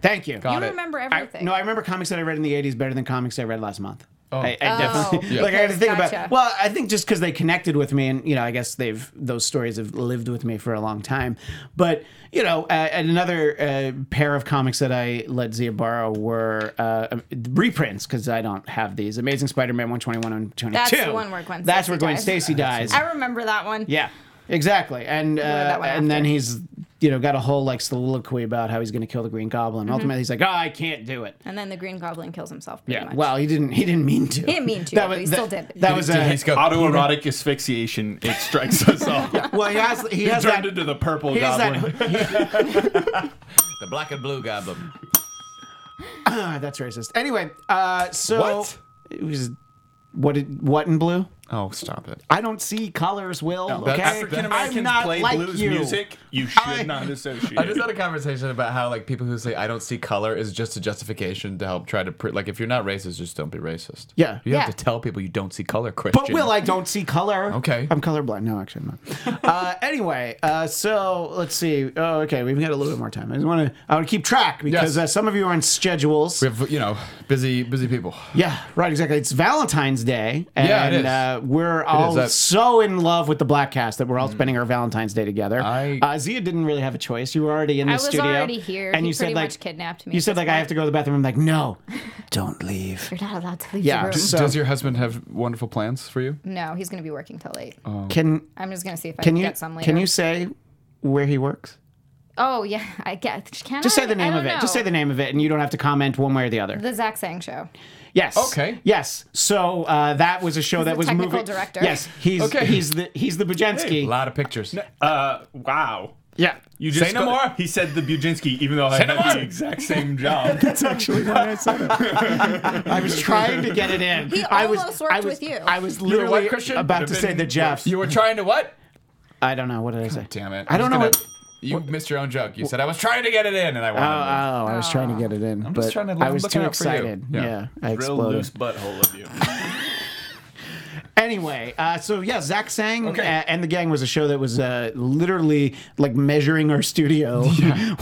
Speaker 9: thank you.
Speaker 3: Got
Speaker 6: You
Speaker 3: it.
Speaker 6: remember
Speaker 9: I,
Speaker 6: everything.
Speaker 9: no, I remember comics that I read in the '80s better than comics I read last month.
Speaker 3: Oh.
Speaker 9: I, I definitely
Speaker 3: Yeah.
Speaker 9: like. I had to think
Speaker 6: Oh. Gotcha.
Speaker 9: about. Well, I think just because they connected with me, and you know, I guess they've those stories have lived with me for a long time. But you know, uh, and another uh, pair of comics that I let Zia borrow were uh, um, reprints because I don't have these. Amazing Spider-Man 121 and 22.
Speaker 6: That's the one where Gwen
Speaker 9: That's
Speaker 6: Stacy
Speaker 9: where Gwen
Speaker 6: dies.
Speaker 9: Stacy dies.
Speaker 6: I remember that one.
Speaker 9: Yeah, exactly. And uh,
Speaker 6: that one
Speaker 9: and then
Speaker 6: after.
Speaker 9: he's you know got a whole like soliloquy about how he's going to kill the Green Goblin.
Speaker 6: Mm-hmm.
Speaker 9: Ultimately, he's like, oh, I can't do it.
Speaker 6: And then the Green Goblin kills himself. Pretty
Speaker 9: Yeah.
Speaker 6: Much.
Speaker 9: Well, he didn't. He didn't mean to. He
Speaker 6: didn't mean to, but he still did it.
Speaker 9: That was a.
Speaker 3: He's got-
Speaker 5: Autoerotic asphyxiation. It strikes us all.
Speaker 9: well, he has. He
Speaker 5: He
Speaker 9: has
Speaker 5: turned
Speaker 9: that.
Speaker 5: into the purple
Speaker 9: He has
Speaker 5: goblin.
Speaker 9: that.
Speaker 3: the black and blue goblin.
Speaker 9: Ah, that's racist. Anyway, uh, so
Speaker 3: What?
Speaker 9: It was. What did what in blue?
Speaker 3: Oh, stop it.
Speaker 9: I don't see colors, Will. okay,
Speaker 3: that's-
Speaker 5: African
Speaker 9: I'm
Speaker 5: Americans
Speaker 9: not
Speaker 5: play
Speaker 9: like
Speaker 5: blues
Speaker 9: you.
Speaker 5: music. You should not associate.
Speaker 3: I just had a conversation about how like people who say I don't see color is just a justification to help try to pre- like if you're not racist, just don't be racist.
Speaker 9: Yeah.
Speaker 3: you
Speaker 6: Yeah.
Speaker 3: have to tell people you don't see color, Christian.
Speaker 9: But Will, I don't see color.
Speaker 3: Okay.
Speaker 9: I'm colorblind. No, actually, I'm not. uh, anyway, uh, so let's see. Oh, okay. We've got a little bit more time. I just want to. I want to keep track because
Speaker 3: Yes.
Speaker 9: uh, some of you are on schedules.
Speaker 3: we have you know busy busy people.
Speaker 9: yeah, right. Exactly. It's Valentine's Day, and
Speaker 3: Yeah, it is.
Speaker 9: Uh, we're all
Speaker 3: is, that's-
Speaker 9: so in love with the Black Cast that we're all spending our Valentine's Day together.
Speaker 3: I-
Speaker 9: uh, Zia didn't really have a choice. You were already in the
Speaker 6: I was
Speaker 9: studio.
Speaker 6: already here.
Speaker 9: and
Speaker 6: He
Speaker 9: you said
Speaker 6: pretty
Speaker 9: like
Speaker 6: much kidnapped me
Speaker 9: You
Speaker 6: at
Speaker 9: said
Speaker 6: this
Speaker 9: like I have
Speaker 6: point.
Speaker 9: to go to the bathroom. I'm like, no, don't leave.
Speaker 6: You're not allowed to leave
Speaker 9: Yeah,
Speaker 6: the room.
Speaker 9: just- So-
Speaker 3: Does your husband have wonderful plans for you?
Speaker 6: no, he's going to be working till late.
Speaker 9: Can
Speaker 6: I'm just going to see if I
Speaker 9: Oh. can
Speaker 6: can,
Speaker 9: you
Speaker 6: get some later.
Speaker 9: can you say where he works?
Speaker 6: Oh, yeah. I guess. Can
Speaker 9: Just
Speaker 6: I?
Speaker 9: say the
Speaker 6: I
Speaker 9: name
Speaker 6: don't
Speaker 9: of it. Just
Speaker 6: know.
Speaker 9: say the name of it, and you don't have to comment one way or the other.
Speaker 6: The Zach Sang Show.
Speaker 9: Yes.
Speaker 3: Okay.
Speaker 9: Yes. So uh, that was a show that
Speaker 6: the
Speaker 9: was
Speaker 6: technical
Speaker 9: moving.
Speaker 6: director.
Speaker 9: Yes. He's
Speaker 3: Okay.
Speaker 9: he's the he's the
Speaker 3: A
Speaker 9: Bujenski.
Speaker 3: lot of pictures.
Speaker 5: uh, wow.
Speaker 9: yeah.
Speaker 5: You just
Speaker 3: Say no more.
Speaker 5: He said the Bujinsky, even though I had the exact same job.
Speaker 9: I was trying to get it in.
Speaker 6: He
Speaker 9: I was,
Speaker 6: almost worked
Speaker 9: I was,
Speaker 6: with you.
Speaker 9: I was
Speaker 3: were
Speaker 9: literally
Speaker 3: what, Christian?
Speaker 9: about
Speaker 3: Would
Speaker 9: to
Speaker 3: have
Speaker 9: say
Speaker 3: been
Speaker 9: the Jeff.
Speaker 3: You were trying to what?
Speaker 9: I don't know. What did I say?
Speaker 3: Damn it!
Speaker 9: I
Speaker 3: I'm
Speaker 9: don't know.
Speaker 3: just
Speaker 9: What,
Speaker 3: gonna- you missed your own joke. You said I was trying to get it in, and I
Speaker 9: oh, oh,
Speaker 3: wanted. to
Speaker 9: I was trying to get it in,
Speaker 3: just
Speaker 9: but
Speaker 3: trying to-
Speaker 9: I
Speaker 3: I'm
Speaker 9: was
Speaker 3: looking
Speaker 9: too
Speaker 3: out for you.
Speaker 9: excited. Yeah.
Speaker 3: Yeah.
Speaker 9: I
Speaker 5: Real
Speaker 9: exploded.
Speaker 5: loose butthole of you.
Speaker 9: Anyway, uh, so yeah, Zach Sang
Speaker 3: Okay.
Speaker 9: uh, and the Gang was a show that was uh, literally like measuring our studio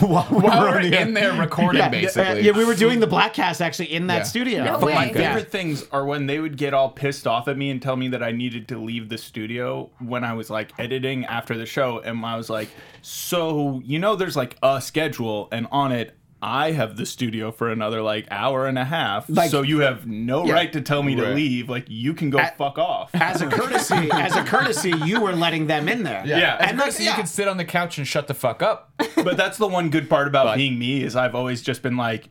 Speaker 9: while we
Speaker 3: While
Speaker 9: were
Speaker 3: we're
Speaker 9: on the-
Speaker 3: in there recording,
Speaker 9: yeah,
Speaker 3: basically.
Speaker 9: uh, yeah, we were doing the black cast actually in that
Speaker 3: Yeah.
Speaker 9: studio.
Speaker 3: No
Speaker 9: But,
Speaker 6: way.
Speaker 9: like, yeah.
Speaker 5: favorite things are when they would get all pissed off at me and tell me that I needed to leave the studio when I was like editing after the show. And I was like, so, you know, there's like a schedule, and on it, I have the studio for another like hour and a half.
Speaker 9: Like-
Speaker 5: so you have no right to tell me to
Speaker 3: Right.
Speaker 5: leave. Like, you can go fuck off.
Speaker 9: As a courtesy, as a courtesy, you were letting them in there.
Speaker 5: Yeah.
Speaker 3: As
Speaker 9: And
Speaker 3: Chris,
Speaker 9: that's-
Speaker 3: you
Speaker 9: yeah.
Speaker 3: could sit on the couch and shut the fuck up.
Speaker 5: but that's the one good part about being me is I've always just been like,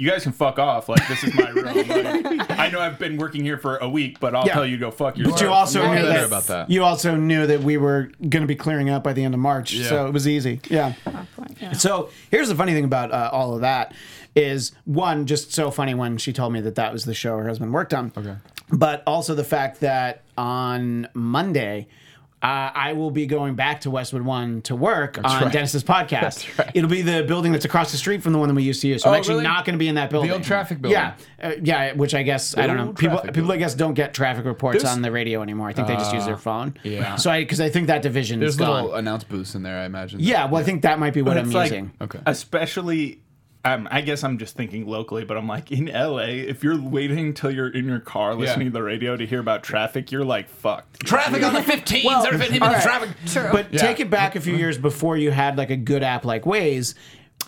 Speaker 5: you guys can fuck off. Like this is my room. Like, I know I've been working here for a week, but I'll
Speaker 9: Yeah.
Speaker 5: tell you to go fuck yourself.
Speaker 9: But you also
Speaker 3: We'll
Speaker 9: knew
Speaker 3: hear
Speaker 9: that,
Speaker 3: about that.
Speaker 9: you also knew that we were going to be clearing up by the end of March, so it was easy. Yeah.
Speaker 6: Oh,
Speaker 9: So here's the funny thing about uh, all of that is one just so funny when she told me that that was the show her husband worked on. Okay. But also the fact that on Monday. Uh, I will be going back to Westwood One to work on Dennis's podcast. It'll be the building that's across the street from the one that we used to use. So I'm
Speaker 3: Oh,
Speaker 9: actually
Speaker 3: really?
Speaker 9: not going to be in that building.
Speaker 3: old traffic building.
Speaker 9: Yeah, uh, yeah. Which I guess I don't know.
Speaker 3: old
Speaker 9: People,
Speaker 3: traffic
Speaker 9: people I guess don't get traffic reports on the radio anymore. I think they just use their phone.
Speaker 3: Uh, yeah.
Speaker 9: So I because I think that division
Speaker 3: There's
Speaker 9: is gone.
Speaker 3: little announce booths in there, I imagine.
Speaker 9: yeah. Well, I think that might be what I'm
Speaker 5: It's like,
Speaker 9: using.
Speaker 3: Okay.
Speaker 5: Especially, um, I guess I'm just thinking locally, but I'm like in LA. If you're waiting till you're in your car listening to the radio to hear about traffic, you're like fucked.
Speaker 3: Traffic on the 15th,
Speaker 9: Well,
Speaker 3: there have been
Speaker 9: all right.
Speaker 3: traffic.
Speaker 9: But take it back a few years before you had like a good app like Waze.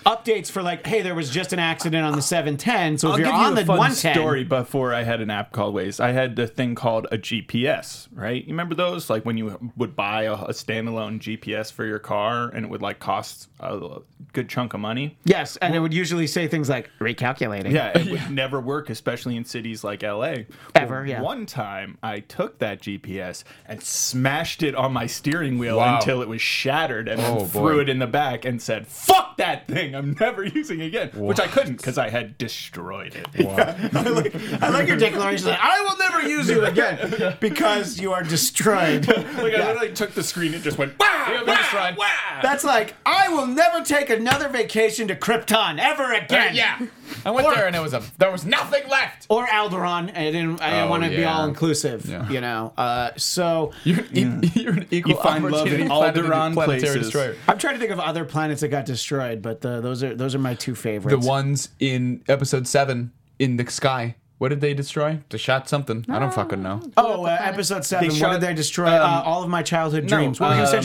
Speaker 9: Updates for like, hey, there was just an accident on the 710. So if
Speaker 5: I'll
Speaker 9: you're
Speaker 5: give
Speaker 9: on
Speaker 5: you a
Speaker 9: the
Speaker 5: fun
Speaker 9: 110,
Speaker 5: story before I had an app called Waze. I had a thing called a GPS, right? You remember those? Like when you would buy a, a standalone GPS for your car and it would like cost a good chunk of money.
Speaker 9: yes, and it would usually say things like recalculating.
Speaker 5: Yeah, it would never work, especially in cities like LA.
Speaker 9: Ever, yeah.
Speaker 5: One time I took that GPS and smashed it on my steering wheel
Speaker 3: Wow.
Speaker 5: until it was shattered and then
Speaker 3: Oh, boy.
Speaker 5: threw it in the back and said, fuck that thing. I'm never using again, which I couldn't because I had destroyed it.
Speaker 9: I like, I like your declaration that I will never use you again because you are destroyed.
Speaker 5: Like I literally took the screen and just went wow,
Speaker 3: wow,
Speaker 5: wow,
Speaker 9: That's like I will never take another vacation to Krypton ever again.
Speaker 3: yeah. I went there and it was a there was nothing left.
Speaker 9: Or Alderaan. I didn't. I
Speaker 3: Oh,
Speaker 9: want to be
Speaker 3: yeah.
Speaker 9: all inclusive.
Speaker 3: Yeah.
Speaker 9: You know. Uh, so
Speaker 3: You're, an e- you're an equal
Speaker 5: find love
Speaker 3: opportunity
Speaker 5: in
Speaker 3: planet-
Speaker 5: Alderaan
Speaker 3: planetary
Speaker 5: places.
Speaker 3: destroyer.
Speaker 9: I'm trying to think of other planets that got destroyed, but uh those are those are my two
Speaker 3: The
Speaker 9: favorites.
Speaker 3: ones in episode seven in the sky. What did they destroy? They shot something. I don't fucking know.
Speaker 9: Oh, uh, episode seven.
Speaker 5: shot-
Speaker 9: what did they destroy? uh,
Speaker 5: um,
Speaker 9: all of my childhood dreams. What were you gonna say,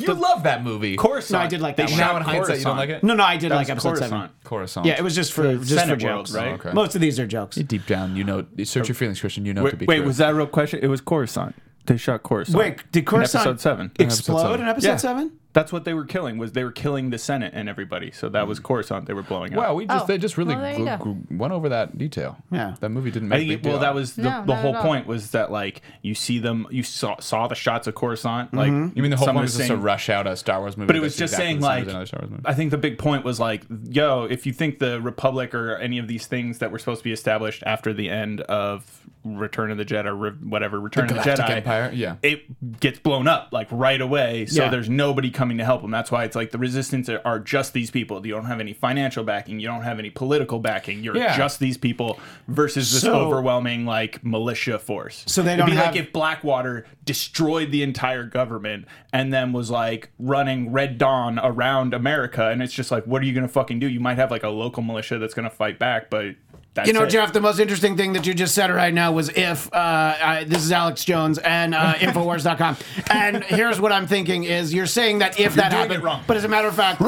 Speaker 3: You love that movie.
Speaker 5: Coruscant.
Speaker 9: No, I did like that
Speaker 5: They
Speaker 9: one.
Speaker 3: now
Speaker 5: shot
Speaker 3: in hindsight, you don't like it?
Speaker 9: No, no, I did
Speaker 5: That
Speaker 9: like
Speaker 5: was
Speaker 9: episode seven.
Speaker 5: Coruscant.
Speaker 3: Coruscant.
Speaker 9: Yeah, it was just for just for
Speaker 5: Senate World,
Speaker 9: jokes.
Speaker 5: right?
Speaker 3: Okay.
Speaker 9: Most of these are jokes.
Speaker 3: Deep down, you know. you Search your feelings, Christian. You know it to
Speaker 5: Wait,
Speaker 3: be
Speaker 5: wait,
Speaker 3: true.
Speaker 5: was that a real question? It was Coruscant. They shot Coruscant.
Speaker 9: Wait, did Coruscant
Speaker 5: in episode seven?
Speaker 9: explode
Speaker 3: seven.
Speaker 9: in episode
Speaker 5: Yeah.
Speaker 9: seven?
Speaker 5: That's what they were killing. Was they were killing the Senate and everybody. So that was Coruscant. They were blowing up.
Speaker 3: Wow, Mm. we just
Speaker 6: Oh.
Speaker 3: they just really
Speaker 6: Well, there
Speaker 3: gl-
Speaker 6: you go.
Speaker 3: gl- went over that detail.
Speaker 9: Yeah.
Speaker 3: that movie didn't make.
Speaker 5: I
Speaker 3: a
Speaker 5: think
Speaker 3: big
Speaker 5: it, well,
Speaker 3: deal.
Speaker 5: that was the,
Speaker 6: No,
Speaker 5: the
Speaker 6: not
Speaker 5: whole
Speaker 6: at all.
Speaker 5: point was that like you see them, you saw saw the shots of Coruscant. Like
Speaker 3: You mean the whole
Speaker 5: someone
Speaker 3: point was just
Speaker 5: saying-
Speaker 3: a rush out a Star Wars movie?
Speaker 5: But it was
Speaker 3: that's
Speaker 5: just
Speaker 3: exactly
Speaker 5: saying
Speaker 3: the same as another Star Wars
Speaker 5: like
Speaker 3: movie?
Speaker 5: I think the big point was like, yo, if you think the Republic or any of these things that were supposed to be established after the end of Return of the Jedi or re- whatever Return of the
Speaker 3: Galactic
Speaker 5: Jedi
Speaker 3: Empire, yeah.
Speaker 5: it gets blown up like right away. So
Speaker 9: Yeah.
Speaker 5: there's nobody coming to help them. That's why it's like the Resistance are- are just these people. You don't have any financial backing. You don't have any political backing. You're
Speaker 3: Yeah.
Speaker 5: just these people versus this
Speaker 9: So-
Speaker 5: overwhelming like militia force.
Speaker 9: So they don't
Speaker 5: It'd be
Speaker 9: have-
Speaker 5: like if Blackwater destroyed the entire government and then was like running Red Dawn around America, and it's just like, what are you gonna fucking do? You might have like a local militia that's gonna fight back, but that's
Speaker 9: You know,
Speaker 5: it.
Speaker 9: Jeff, the most interesting thing that you just said right now was if uh, I, this is Alex Jones and uh, Infowars.com, and here's what I'm thinking is you're saying that if that
Speaker 5: doing it
Speaker 9: happened,
Speaker 5: wrong.
Speaker 9: but as a matter of fact,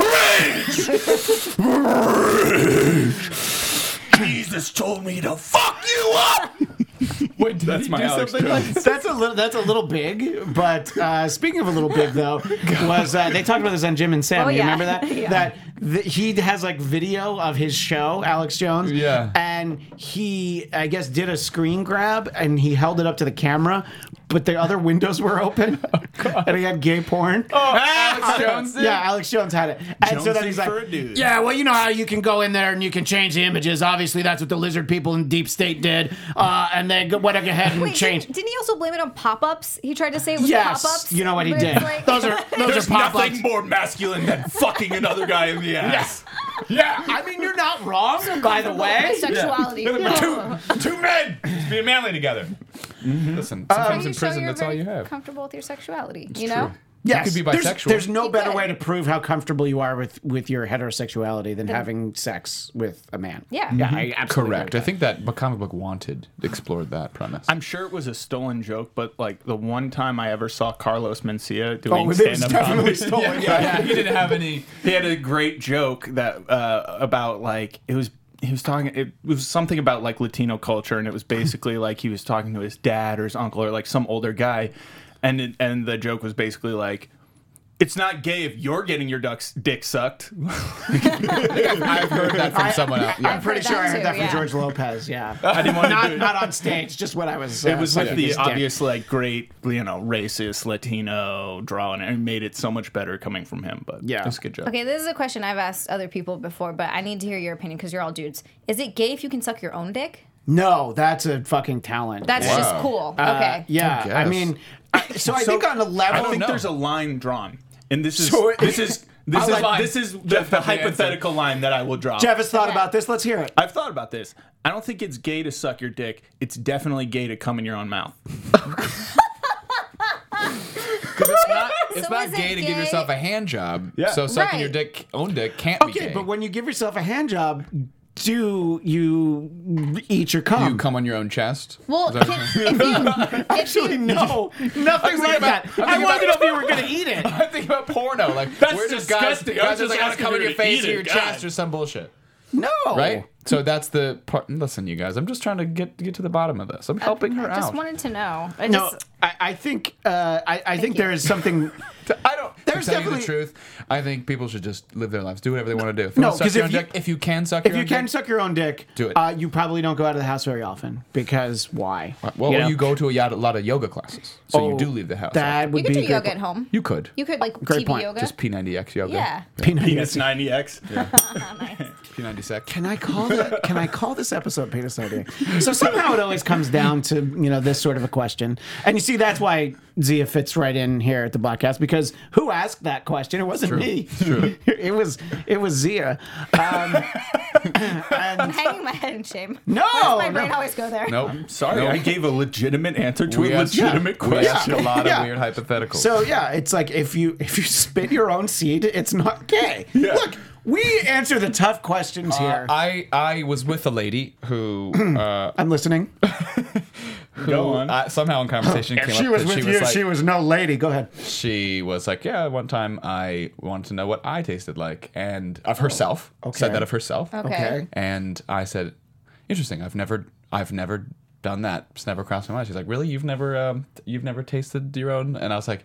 Speaker 5: Jesus told me to fuck you up. Wait, did that's my Alex Jones.
Speaker 9: that's a little that's a little big. But uh, speaking of a little big though, was uh, they talked about this on Jim and Sam?
Speaker 6: Oh,
Speaker 9: you
Speaker 6: yeah.
Speaker 9: remember that?
Speaker 6: Yeah.
Speaker 9: That th- he has like video of his show, Alex Jones.
Speaker 3: Yeah.
Speaker 9: And he, I guess, did a screen grab and he held it up to the camera, but the other windows were open, and he had gay porn. Oh,
Speaker 3: Alex Jones did?
Speaker 9: Yeah, Alex Jones had it, and so then
Speaker 5: Jonesy
Speaker 9: he's like,
Speaker 5: for a dude.
Speaker 9: yeah, well, you know how you can go in there and you can change the images. Obviously, that's what the lizard people in Deep State did, uh, and they go- went ahead and
Speaker 6: Wait,
Speaker 9: changed.
Speaker 6: Didn't, didn't he also blame it on pop-ups? He tried to say it was
Speaker 9: Yes,
Speaker 6: pop-ups.
Speaker 9: you know what he
Speaker 6: but it's
Speaker 9: did.
Speaker 6: like-
Speaker 9: Those are those
Speaker 5: There's
Speaker 9: are pop
Speaker 5: nothing more masculine than fucking another guy in the ass.
Speaker 9: Yeah, I mean you're not wrong. by the way,
Speaker 6: sexuality.
Speaker 5: Two men just being manly together.
Speaker 9: Mm-hmm.
Speaker 3: Listen,
Speaker 9: Um,
Speaker 3: sometimes
Speaker 6: How
Speaker 3: in
Speaker 6: show
Speaker 3: prison,
Speaker 6: you're
Speaker 3: that's all
Speaker 6: very
Speaker 3: you have.
Speaker 6: Comfortable with your sexuality, you know?
Speaker 9: yes,
Speaker 3: could be
Speaker 9: there's,
Speaker 3: bisexual.
Speaker 9: there's no
Speaker 6: You
Speaker 9: better
Speaker 6: could.
Speaker 9: way to prove how comfortable you are with with your heterosexuality than having sex with a man.
Speaker 6: Yeah.
Speaker 9: yeah, I absolutely
Speaker 3: Correct. I think that the comic book Wanted explored that premise.
Speaker 5: I'm sure it was a stolen joke, but like the one time I ever saw Carlos Mencia doing
Speaker 9: Oh, it is
Speaker 5: stand-up
Speaker 9: definitely
Speaker 5: comedy,
Speaker 9: stolen.
Speaker 5: yeah, he didn't have any. He had a great joke that uh, about like it was. He was talking. It was something about like Latino culture, and it was basically like he was talking to his dad or his uncle or like some older guy, and it, and the joke was basically like. It's not gay if you're getting your ducks, dick sucked.
Speaker 3: I've heard that from someone else.
Speaker 9: I'm pretty
Speaker 6: heard
Speaker 9: sure I
Speaker 6: that
Speaker 9: heard
Speaker 6: too,
Speaker 9: that from
Speaker 6: yeah.
Speaker 9: George Lopez. Yeah,
Speaker 5: I didn't want to
Speaker 9: not
Speaker 5: do it.
Speaker 9: not on stage, just when I was. uh,
Speaker 5: It was like the
Speaker 9: obvious.
Speaker 5: obvious, like great, you know, racist Latino drawing, and it made it so much better coming from him. But
Speaker 9: Yeah.
Speaker 5: that's a good job.
Speaker 6: Okay, this is a question I've asked other people before, but I need to hear your opinion because you're all dudes. Is it gay if you can suck your own dick?
Speaker 9: No, that's a fucking talent.
Speaker 6: That's
Speaker 9: Yeah.
Speaker 6: just cool. okay.
Speaker 9: Uh, yeah. I,
Speaker 3: guess.
Speaker 9: mean, I- so I think on a level,
Speaker 3: Oh,
Speaker 5: I think there's a line drawn, and this is this is this
Speaker 3: I
Speaker 5: is
Speaker 3: like-
Speaker 5: this is the,
Speaker 3: Jeff
Speaker 5: the
Speaker 3: had the
Speaker 5: hypothetical line that I will draw.
Speaker 9: Jeff has thought about this. Let's hear it.
Speaker 5: I've thought about this. I don't think it's gay to suck your dick. It's definitely gay to come in your own mouth.
Speaker 3: it's not, it's
Speaker 6: So
Speaker 3: not
Speaker 6: is it
Speaker 3: gay to give
Speaker 6: gay?
Speaker 3: yourself a hand job.
Speaker 5: Yeah.
Speaker 3: So sucking
Speaker 6: Right.
Speaker 3: your dick, own dick, can't be
Speaker 9: Okay,
Speaker 3: gay.
Speaker 9: but when you give yourself a hand job, do you eat your cum?
Speaker 3: you come on your own chest.
Speaker 6: Well,
Speaker 3: Is that-
Speaker 6: can, if you,
Speaker 9: Actually, no, nothing like
Speaker 3: about-
Speaker 9: that.
Speaker 3: I'm
Speaker 9: I
Speaker 3: thinking
Speaker 9: wanted to know
Speaker 3: about-
Speaker 9: if you were going to eat it.
Speaker 3: I think about porno. Like
Speaker 5: That's
Speaker 3: we're just
Speaker 5: disgusting.
Speaker 3: guys,
Speaker 5: I
Speaker 3: guys just
Speaker 5: was just
Speaker 3: like, I want to
Speaker 5: asking
Speaker 3: come in
Speaker 5: you
Speaker 3: your
Speaker 5: to
Speaker 3: face
Speaker 5: eat
Speaker 3: or
Speaker 5: it,
Speaker 3: your
Speaker 5: God.
Speaker 3: chest or some bullshit.
Speaker 9: No,
Speaker 3: Right? So that's the part. Listen, you guys, I'm just trying to get get to the bottom of this. I'm helping her
Speaker 6: I just
Speaker 3: out.
Speaker 6: wanted to know. I
Speaker 9: No,
Speaker 6: just,
Speaker 9: I, I think uh, I, I think
Speaker 6: you.
Speaker 9: there is something.
Speaker 3: I don't. There's
Speaker 9: There's
Speaker 3: to tell you the
Speaker 9: definitely-
Speaker 3: truth. I think people should just live their lives, do whatever they want to do. If
Speaker 9: No,
Speaker 3: wanna suck
Speaker 9: 'cause
Speaker 3: your
Speaker 9: if
Speaker 3: own
Speaker 9: you-
Speaker 3: dick- if you can suck
Speaker 9: If
Speaker 3: your
Speaker 9: you
Speaker 3: own
Speaker 9: can
Speaker 3: dick,
Speaker 9: suck your own dick,
Speaker 3: Do it.
Speaker 9: Uh, you probably don't go out of the house very often because why?
Speaker 3: Uh, well,
Speaker 9: know?
Speaker 3: you go to a yacht- a lot of yoga classes, so
Speaker 9: Oh,
Speaker 3: you do leave the house.
Speaker 9: That
Speaker 3: after.
Speaker 9: would
Speaker 6: you
Speaker 9: be
Speaker 6: could do
Speaker 9: a
Speaker 6: yoga
Speaker 9: good
Speaker 6: at home.
Speaker 3: you could
Speaker 6: You could like
Speaker 9: Great
Speaker 6: TV
Speaker 9: point.
Speaker 6: yoga.
Speaker 3: just P90X yoga.
Speaker 6: yeah.
Speaker 9: Peanut.
Speaker 5: Penis E 90X.
Speaker 3: P90X.
Speaker 2: Can I call
Speaker 9: that- can I call this episode penis idea? So somehow it always comes down to you know this sort of a question, and you see that's why Zia fits right in here at the podcast because who asked that question? It wasn't me. it was it was Zia. Um,
Speaker 6: I'm hanging my head in shame.
Speaker 9: no,
Speaker 6: My
Speaker 9: no.
Speaker 6: brain always go there.
Speaker 3: Nope.
Speaker 5: Sorry, I gave a legitimate answer to
Speaker 3: We
Speaker 5: a
Speaker 3: asked,
Speaker 5: legitimate
Speaker 3: we
Speaker 5: question.
Speaker 3: asked a lot of
Speaker 9: Yeah.
Speaker 3: weird hypotheticals.
Speaker 9: So yeah, it's like if you if you spit your own seed, it's not gay. Look, we answer the tough questions
Speaker 3: Uh,
Speaker 9: here. I,
Speaker 3: I I was with a lady who uh,
Speaker 9: am listening.
Speaker 5: Go on.
Speaker 3: I, somehow in conversation came up that she was like,
Speaker 9: was no lady. Go ahead.
Speaker 3: she was like, "Yeah, one time I wanted to know what I tasted like," and of herself
Speaker 9: okay.
Speaker 3: said that of herself.
Speaker 6: Okay.
Speaker 9: Okay.
Speaker 3: And I said, "Interesting. I've never, I've never done that. It's never crossed my mind." She's like, "Really? You've never, um, you've never tasted your own?" And I was like,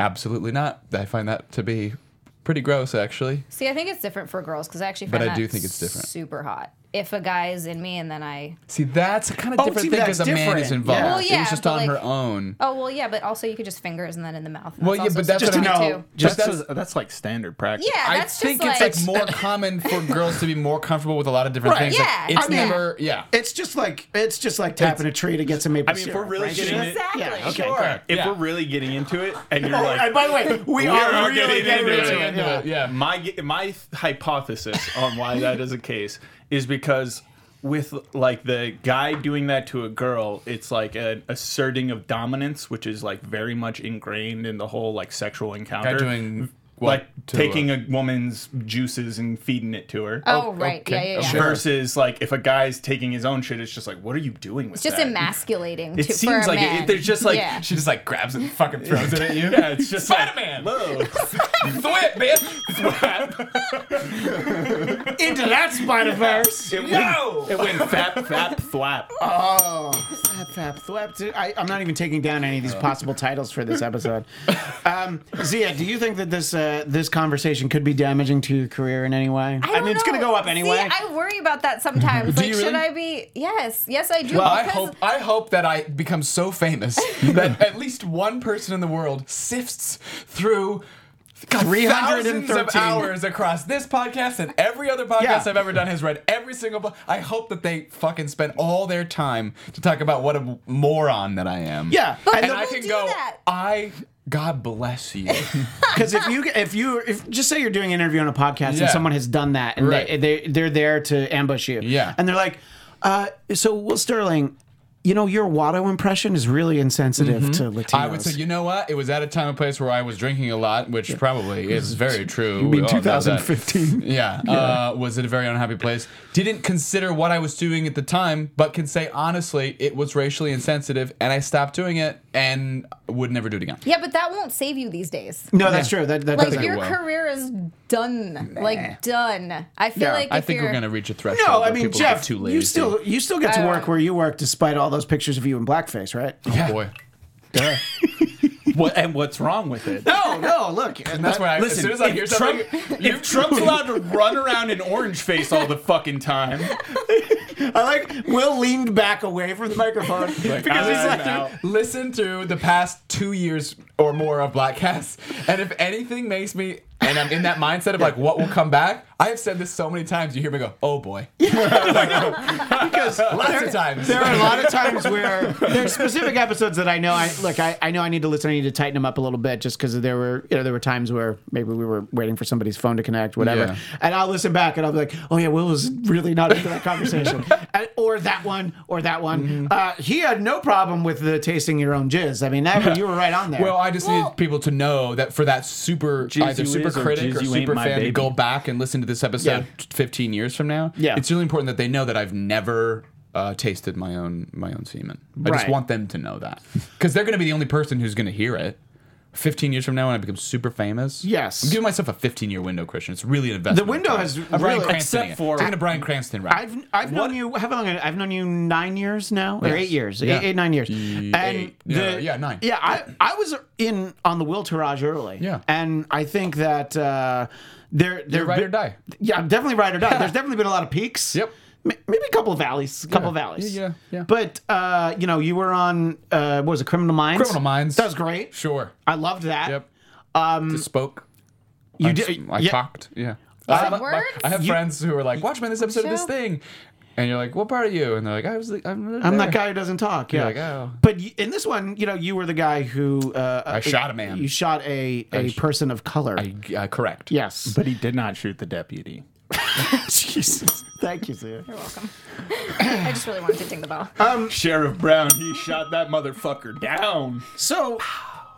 Speaker 3: "Absolutely not. I find that to be pretty gross, actually."
Speaker 6: See, I think it's different for girls because I actually
Speaker 3: But
Speaker 6: find
Speaker 3: I
Speaker 6: that
Speaker 3: do think it's different.
Speaker 6: super hot. If a guy is in me and then I.
Speaker 3: See, that's a kind of
Speaker 9: Oh,
Speaker 3: different
Speaker 9: see,
Speaker 3: thing
Speaker 9: that's
Speaker 3: because a man
Speaker 9: different.
Speaker 3: is involved.
Speaker 9: Yeah.
Speaker 6: Well,
Speaker 3: it
Speaker 6: yeah,
Speaker 3: was just
Speaker 6: but
Speaker 3: on
Speaker 6: like-
Speaker 3: her own.
Speaker 6: Oh well, yeah, but also you could just fingers and then in the mouth.
Speaker 3: Well, yeah,
Speaker 6: also
Speaker 3: but that's
Speaker 9: Just to
Speaker 3: what I
Speaker 6: sexy
Speaker 3: mean.
Speaker 9: know,
Speaker 6: too.
Speaker 9: just
Speaker 3: But
Speaker 5: that's,
Speaker 9: as-
Speaker 5: that's like standard practice.
Speaker 6: Yeah,
Speaker 3: I
Speaker 6: that's
Speaker 3: think
Speaker 6: just
Speaker 3: it's
Speaker 6: like,
Speaker 3: like more common for girls to be more comfortable with a lot of different
Speaker 9: Right.
Speaker 3: things. Like,
Speaker 6: Yeah,
Speaker 3: it's
Speaker 6: I mean-
Speaker 3: never yeah.
Speaker 9: It's just like it's just like tapping a tree to get some maple
Speaker 5: I mean, if we're
Speaker 9: syrup,
Speaker 5: really
Speaker 9: right?
Speaker 5: getting it,
Speaker 6: exactly.
Speaker 9: Yeah, okay.
Speaker 3: Sure.
Speaker 5: if
Speaker 3: Yeah.
Speaker 5: we're really getting into it, and you're
Speaker 9: Oh,
Speaker 5: like,
Speaker 9: and by the way, we, are,
Speaker 5: are
Speaker 9: really
Speaker 5: getting
Speaker 9: getting
Speaker 5: into
Speaker 9: into
Speaker 5: it.
Speaker 9: it. Yeah.
Speaker 3: yeah.
Speaker 5: my g- my th- hypothesis on why that is a case is because with like the guy doing that to a girl, it's like an asserting of dominance, which is like very much ingrained in the whole like sexual encounter.
Speaker 3: doing what
Speaker 5: like
Speaker 3: to
Speaker 5: taking a woman's juices and feeding it to her.
Speaker 6: Oh right,
Speaker 3: okay.
Speaker 6: yeah, yeah, yeah.
Speaker 3: Sure.
Speaker 5: Versus like if a guy's taking his own shit, it's just like, what are you doing with
Speaker 6: It's just
Speaker 5: that?
Speaker 6: emasculating.
Speaker 5: It
Speaker 6: to,
Speaker 5: seems
Speaker 6: for a
Speaker 5: like
Speaker 6: man.
Speaker 5: it, there's just like
Speaker 6: yeah.
Speaker 3: She just like grabs it and fucking throws it at you.
Speaker 5: Yeah, it's just like
Speaker 3: Spider-Man.
Speaker 5: Whoa.
Speaker 3: Throw it, man.
Speaker 9: Into that Spider Verse.
Speaker 5: It went, it went fap, fap, flap.
Speaker 9: Fap Oh, Thwap, dude. I, I'm not even taking down any of
Speaker 5: Uh.
Speaker 9: these possible titles for this episode. Um, Zia, do you think that this uh, this conversation could be damaging to your career in any way?
Speaker 6: I, don't
Speaker 9: mean, it's
Speaker 6: know.
Speaker 9: gonna go up anyway.
Speaker 6: See, I worry about that sometimes. like,
Speaker 3: you
Speaker 6: should
Speaker 3: really?
Speaker 6: I be? Yes, yes, I do.
Speaker 3: I
Speaker 6: because
Speaker 3: hope I hope that I become so famous that at least one person in the world sifts through. God, thousands of
Speaker 9: 313.
Speaker 3: hours across this podcast and every other podcast
Speaker 9: Yeah.
Speaker 3: I've ever done has read every single book. I hope that they fucking spend all their time to talk about what a moron that I am.
Speaker 9: yeah,
Speaker 3: and
Speaker 6: But
Speaker 3: I
Speaker 6: we
Speaker 3: can
Speaker 6: do
Speaker 3: go.
Speaker 6: that.
Speaker 3: I God bless you.
Speaker 9: because if you if you if just say you're doing an interview on a podcast
Speaker 3: Yeah.
Speaker 9: and someone has done that and
Speaker 3: Right.
Speaker 9: they, they they're there to ambush you,
Speaker 3: Yeah.
Speaker 9: and they're like, uh, so Will Sterling, you know your Watto impression is really insensitive to Latinos.
Speaker 3: Mm-hmm. I would say, you know what? It was at a time and place where I was drinking a lot, which probably is very true. You
Speaker 9: in 2015.
Speaker 3: Yeah, Uh, was at a very unhappy place. Didn't consider what I was doing at the time, but can say honestly, it was racially insensitive, and I stopped doing it and would never do it again.
Speaker 6: Yeah, but that won't save you these days.
Speaker 9: No, that's true. That that
Speaker 6: Like
Speaker 9: doesn't.
Speaker 6: your
Speaker 3: will.
Speaker 6: career is done. Like done. I feel
Speaker 9: Yeah.
Speaker 6: like
Speaker 3: I
Speaker 6: if
Speaker 3: think
Speaker 6: you're,
Speaker 3: we're gonna reach a threshold.
Speaker 9: No, I
Speaker 3: where
Speaker 9: mean
Speaker 3: people get
Speaker 9: Jeff,
Speaker 3: too lazy.
Speaker 9: you still you still get to
Speaker 6: Uh,
Speaker 9: work where you work despite all those pictures of you in blackface, right?
Speaker 3: oh, boy.
Speaker 5: What, and what's wrong with it?
Speaker 9: No, no, look. And
Speaker 3: That's why. I, as
Speaker 5: Listen,
Speaker 3: soon as I
Speaker 5: if
Speaker 3: hear
Speaker 5: Trump-
Speaker 3: something,
Speaker 5: If Trump's allowed to run around in orange face all the fucking time,
Speaker 9: I like Will leaned back away from the microphone because he's
Speaker 5: "I'm
Speaker 9: like,
Speaker 5: out."
Speaker 3: listen to the past two years or more of Blackcast, and if anything makes me, and I'm in that mindset of like, what will come back? I have said this so many times. You hear me go, oh boy,
Speaker 9: because
Speaker 3: lots of times.
Speaker 9: there are a lot of times where there's specific episodes that I know I look I, I know I need to listen I need to tighten them up a little bit just because there were you know there were times where maybe we were waiting for somebody's phone to connect whatever
Speaker 3: Yeah.
Speaker 9: and I'll listen back and I'll be like oh yeah Will was really not into that conversation and, or that one or that one
Speaker 3: Mm-hmm.
Speaker 9: uh, he had no problem with the tasting your own jizz I mean that you were right on there
Speaker 3: Well, I just
Speaker 6: Well-
Speaker 3: need people to know that for that super
Speaker 5: Jizz
Speaker 3: either
Speaker 5: you
Speaker 3: super
Speaker 5: is or
Speaker 3: critic
Speaker 5: jizz
Speaker 3: or,
Speaker 5: you ain't
Speaker 3: super
Speaker 5: my
Speaker 3: fan to
Speaker 5: baby.
Speaker 3: go back and listen to this episode
Speaker 9: Yeah.
Speaker 3: 15 years from now.
Speaker 9: Yeah.
Speaker 3: it's really important that they know that I've never. Uh, tasted my own my own semen. I just
Speaker 9: Right.
Speaker 3: want them to know that because they're going to be the only person who's going to hear it. 15 years from now when I become super famous.
Speaker 9: Yes.
Speaker 3: I'm giving myself a 15 year window, Christian. It's really an investment.
Speaker 9: The window has
Speaker 3: I'm Bryan
Speaker 9: really-
Speaker 3: Cranston.
Speaker 9: except for-
Speaker 3: taking a Brian Cranston route.
Speaker 9: I've I've known you how long? I've known you nine years now or eight years,
Speaker 3: Yeah.
Speaker 9: eight, eight nine years,
Speaker 3: Ye- eight. Yeah, yeah, nine.
Speaker 9: Yeah, I I was in on the Will Tourage early.
Speaker 3: Yeah.
Speaker 9: and I think that uh, there there
Speaker 3: ride or die.
Speaker 9: Yeah, I'm definitely ride or die. There's definitely been a lot of peaks.
Speaker 3: Yep.
Speaker 9: Ma- Maybe a couple of valleys, a couple of valleys.
Speaker 3: Yeah, yeah, yeah.
Speaker 9: But uh, you know, you were on uh, what was it, Criminal Minds?
Speaker 3: Criminal Minds.
Speaker 9: That was great.
Speaker 3: Sure.
Speaker 9: I loved that.
Speaker 3: Yep. Um, Just spoke.
Speaker 9: You
Speaker 3: I,
Speaker 9: did.
Speaker 3: I
Speaker 9: yeah.
Speaker 3: talked. Yeah.
Speaker 6: that
Speaker 3: I, my-
Speaker 6: words?
Speaker 3: I have
Speaker 9: You-
Speaker 3: friends who are like, "Watch man, this episode of this
Speaker 6: Show?
Speaker 3: thing," and you're like, "What part are you?" And they're like, "I was, the, I'm,
Speaker 9: I'm
Speaker 3: there."
Speaker 9: that guy who doesn't talk. Yeah.
Speaker 3: like, oh.
Speaker 9: But y- in this one, you know, you were the guy who uh, I
Speaker 3: shot a man.
Speaker 9: You shot a a
Speaker 3: sh-
Speaker 9: person of color.
Speaker 3: Uh, correct.
Speaker 9: yes.
Speaker 5: But he did not shoot the deputy.
Speaker 9: Jesus. Thank you, sir.
Speaker 6: You're welcome. I just really wanted to ding the bell.
Speaker 9: Uh,
Speaker 5: Sheriff Brown, he shot that motherfucker down.
Speaker 9: So,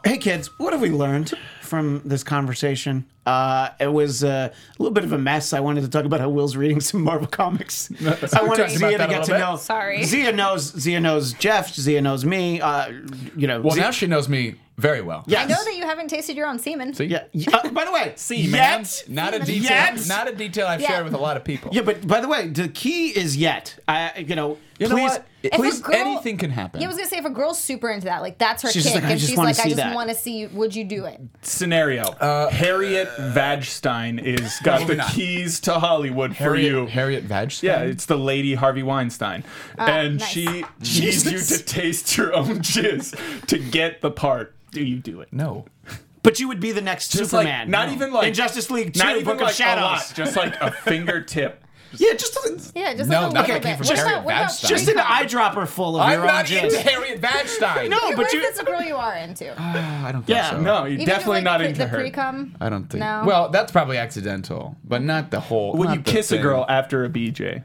Speaker 9: hey kids, what have we learned from this conversation? Uh, it was uh, a little bit of a mess. I wanted to talk about how Will's reading some Marvel comics. I wanted
Speaker 3: about
Speaker 9: Zia to
Speaker 3: that a
Speaker 9: get to
Speaker 3: little bit.
Speaker 9: know.
Speaker 6: Sorry.
Speaker 9: Zia knows. Zia knows Jeff. Zia knows me. Uh, you know.
Speaker 3: Well,
Speaker 9: Zia-
Speaker 3: now she knows me very well.
Speaker 9: yes.
Speaker 6: I know that you haven't tasted your own semen.
Speaker 3: See?
Speaker 9: Yeah. y- uh, by the way,
Speaker 3: See, man.
Speaker 9: yet,
Speaker 3: Not a detail.
Speaker 9: Yet?
Speaker 3: Not a detail I've
Speaker 6: Yeah.
Speaker 3: shared with a lot of people.
Speaker 9: Yeah, but by the way, the key is yet. I, you know,
Speaker 3: You know
Speaker 9: please.
Speaker 3: what?
Speaker 6: If a
Speaker 3: Please,
Speaker 6: girl-
Speaker 3: anything can happen.
Speaker 6: Yeah, I was gonna say if a girl's super into that, like that's her
Speaker 9: She's just
Speaker 6: kick,
Speaker 9: like, I
Speaker 6: and
Speaker 9: just
Speaker 6: she's
Speaker 9: wanna
Speaker 6: like, I
Speaker 9: see
Speaker 6: just
Speaker 9: that.
Speaker 6: want to see, would you do it?
Speaker 5: Scenario: Harriet Vagstein is got the
Speaker 3: Uh, not.
Speaker 5: keys to Hollywood
Speaker 3: Harriet,
Speaker 5: for you.
Speaker 3: Harriet Vag.
Speaker 5: Yeah, it's the lady Harvey Weinstein, and
Speaker 6: Ah, nice.
Speaker 5: she needs you to taste your own jizz to get the part. Do you do it?
Speaker 3: No.
Speaker 9: But you would be the next
Speaker 5: Just like-
Speaker 9: Superman.
Speaker 5: not even like
Speaker 9: in Justice League Two,
Speaker 5: Not even
Speaker 9: Book
Speaker 5: like
Speaker 9: of
Speaker 5: a
Speaker 9: Shadows.
Speaker 5: lot, just like a fingertip.
Speaker 9: yeah, just a,
Speaker 6: Yeah, just
Speaker 3: No,
Speaker 6: like a
Speaker 3: that
Speaker 6: little
Speaker 3: came
Speaker 6: bit.
Speaker 3: from
Speaker 6: What
Speaker 3: Harriet
Speaker 6: about, what about
Speaker 3: Vagstein.
Speaker 9: just an eyedropper full of
Speaker 3: I'm
Speaker 9: your
Speaker 3: not
Speaker 9: own
Speaker 3: into
Speaker 9: jizz.
Speaker 3: Harriet Vagstein.
Speaker 9: No,
Speaker 6: What
Speaker 9: but
Speaker 6: if
Speaker 9: you.
Speaker 6: it's a girl you are into? Even
Speaker 3: I don't think
Speaker 9: Yeah,
Speaker 3: so.
Speaker 5: No, you're
Speaker 6: if,
Speaker 5: definitely
Speaker 6: like,
Speaker 5: not
Speaker 6: the,
Speaker 5: into
Speaker 6: the
Speaker 5: her.
Speaker 6: pre-cum.
Speaker 3: I don't think.
Speaker 6: No.
Speaker 3: Well, that's probably accidental, but not the whole.
Speaker 5: Will
Speaker 3: not
Speaker 5: you
Speaker 3: the
Speaker 5: kiss a
Speaker 3: thing.
Speaker 5: girl after a BJ?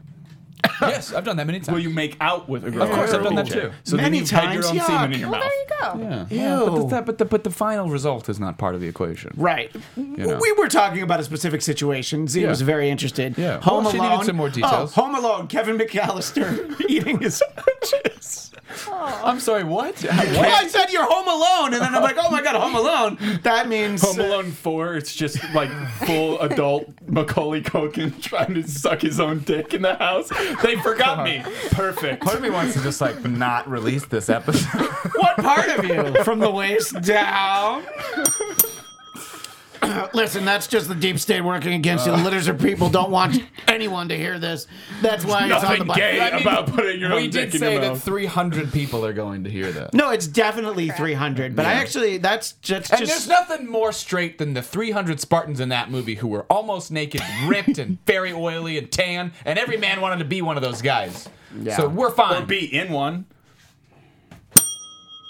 Speaker 3: yes, I've done that many times.
Speaker 5: Will you make out with a girl?
Speaker 3: Of course, I've done that
Speaker 5: after a
Speaker 3: too.
Speaker 5: BJ? So
Speaker 9: Many
Speaker 5: then you
Speaker 9: times,
Speaker 5: Had your own
Speaker 9: yuck.
Speaker 5: semen in your
Speaker 6: Well,
Speaker 5: mouth.
Speaker 6: there you go.
Speaker 3: Yeah. Yeah, but, the, that- but the but the final result is not part of the equation.
Speaker 9: Right.
Speaker 3: know.
Speaker 9: We were talking about a specific situation. Z
Speaker 3: Yeah.
Speaker 9: was very interested.
Speaker 3: Yeah.
Speaker 9: Home
Speaker 3: Well, she
Speaker 9: Alone.
Speaker 3: needed some more details.
Speaker 9: Oh, Home Alone. Kevin McAllister eating his oranges.
Speaker 3: I'm sorry. What?
Speaker 9: Well, I said you're Home Alone, and then I'm like, oh my god, Home Alone. That means
Speaker 5: Home Alone 4, it's just like full adult Macaulay Culkin trying to suck his own dick in the house. They forgot me. Perfect.
Speaker 3: Part of me wants to just like not release this episode.
Speaker 9: What part of you? From the waist down. Listen, that's just the deep state working against you. The litters of people don't want anyone to hear this. That's why it's on the
Speaker 5: Nothing
Speaker 9: button.
Speaker 5: gay
Speaker 3: I mean,
Speaker 5: about putting your
Speaker 3: we
Speaker 5: own dick
Speaker 3: did
Speaker 5: in your
Speaker 3: say that
Speaker 5: mouth.
Speaker 3: 300 people are going to hear that.
Speaker 9: No, it's definitely 300, but I actually, that's just.
Speaker 3: And
Speaker 9: just
Speaker 3: there's nothing more straight than the 300 Spartans in that movie who were almost naked, ripped, and very oily and tan, and every man wanted to be one of those guys. So we're fine.
Speaker 5: or be in one.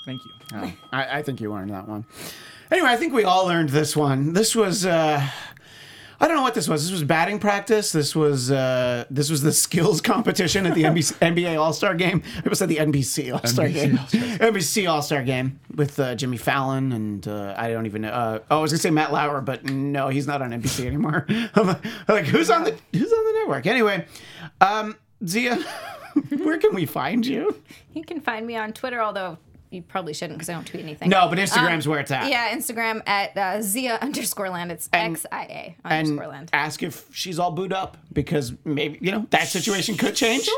Speaker 5: Thank you.
Speaker 9: I, I think you learned that one. Anyway, I think we all learned this one. This was. Uh, I don't know what this was. This was batting practice. This was uh, this was the skills competition at the NBC, NBA All Star Game. I almost said the NBC All Star Game. NBC All Star Game with uh, Jimmy Fallon and uh, I don't even know. Uh, oh, I was gonna say Matt Lauer, but no, he's not on NBC anymore. I'm like, I'm like, who's on the who's on the network anyway? Um, Zia, where can we find you?
Speaker 6: You can find me on Twitter, although you probably shouldn't because I don't tweet anything.
Speaker 9: No, but Instagram's where it's at.
Speaker 6: Um, Yeah, Instagram at uh, Zia underscore land. It's X I A
Speaker 9: and
Speaker 6: underscore land.
Speaker 9: ask if she's all booed up because maybe you know that situation could change.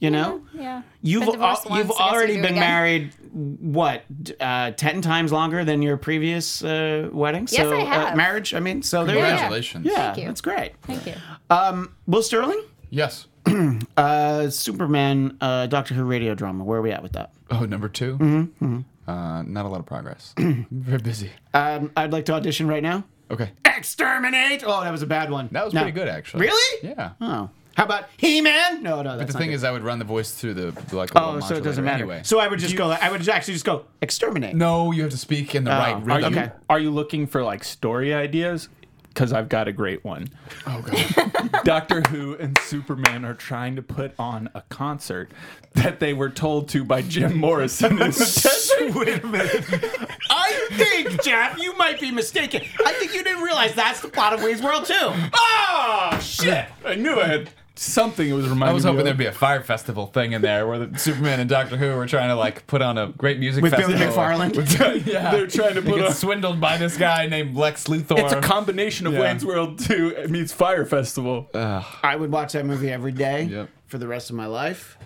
Speaker 9: You know,
Speaker 6: Yeah.
Speaker 9: you've
Speaker 6: Been divorced
Speaker 9: al-
Speaker 6: once,
Speaker 9: you've
Speaker 6: I guess we
Speaker 9: already
Speaker 6: do it
Speaker 9: been
Speaker 6: again.
Speaker 9: married what d- uh, ten times longer than your previous uh, wedding.
Speaker 6: Yes,
Speaker 9: so,
Speaker 6: I
Speaker 9: Uh,
Speaker 6: have.
Speaker 9: marriage. I mean, so there you go.
Speaker 3: Congratulations.
Speaker 9: Yeah,
Speaker 6: Thank you.
Speaker 9: that's great.
Speaker 6: Thank you.
Speaker 9: Will Sterling,
Speaker 3: Yes.
Speaker 9: uh, Superman, uh, Doctor Who radio drama. Where are we at with that?
Speaker 3: Oh, number 2 Mm-hmm. Uh, not a lot of progress. Very busy.
Speaker 9: Um, I'd like to audition right now.
Speaker 3: Okay.
Speaker 9: Exterminate! Oh, that was a bad one.
Speaker 3: That was
Speaker 9: No.
Speaker 3: pretty good, actually.
Speaker 9: Really?
Speaker 3: Yeah.
Speaker 9: Oh, how about He Man? No, no, that's
Speaker 3: But the
Speaker 9: not
Speaker 3: thing
Speaker 9: good.
Speaker 3: is, I would run the voice through the like. a
Speaker 9: Oh,
Speaker 3: little
Speaker 9: so it
Speaker 3: modulator
Speaker 9: doesn't matter.
Speaker 3: Anyway.
Speaker 9: So I would just go. I would actually just go exterminate.
Speaker 3: no, you have to speak in the right
Speaker 5: Are
Speaker 3: rhythm.
Speaker 5: you
Speaker 9: Oh, Okay.
Speaker 5: are you looking for like story ideas? Because I've got a great one.
Speaker 3: Oh god.
Speaker 5: Doctor Who and Superman are trying to put on a concert that they were told to by Jim Morrison in the desert.
Speaker 9: Wait a minute. I think, Jeff, you might be mistaken. I think you didn't realize that's the plot of Wayne's World too.
Speaker 5: Ah, shit! I knew I had something it was reminding
Speaker 3: I was hoping
Speaker 5: me
Speaker 3: there'd
Speaker 5: of.
Speaker 3: be a
Speaker 9: uh,
Speaker 3: fire festival thing in there where the Superman and Doctor Who were trying to like put on a great music
Speaker 9: With Billy
Speaker 3: festival.
Speaker 9: McFarland.
Speaker 3: yeah,
Speaker 5: They're trying to
Speaker 3: They
Speaker 5: put
Speaker 3: get
Speaker 5: on-
Speaker 3: swindled by this guy named Lex Luthor.
Speaker 5: It's a combination of
Speaker 3: Yeah.
Speaker 5: Wayne's World 2 meets Fire Festival.
Speaker 9: I would watch that movie every day
Speaker 3: Yep.
Speaker 9: for the rest of my life.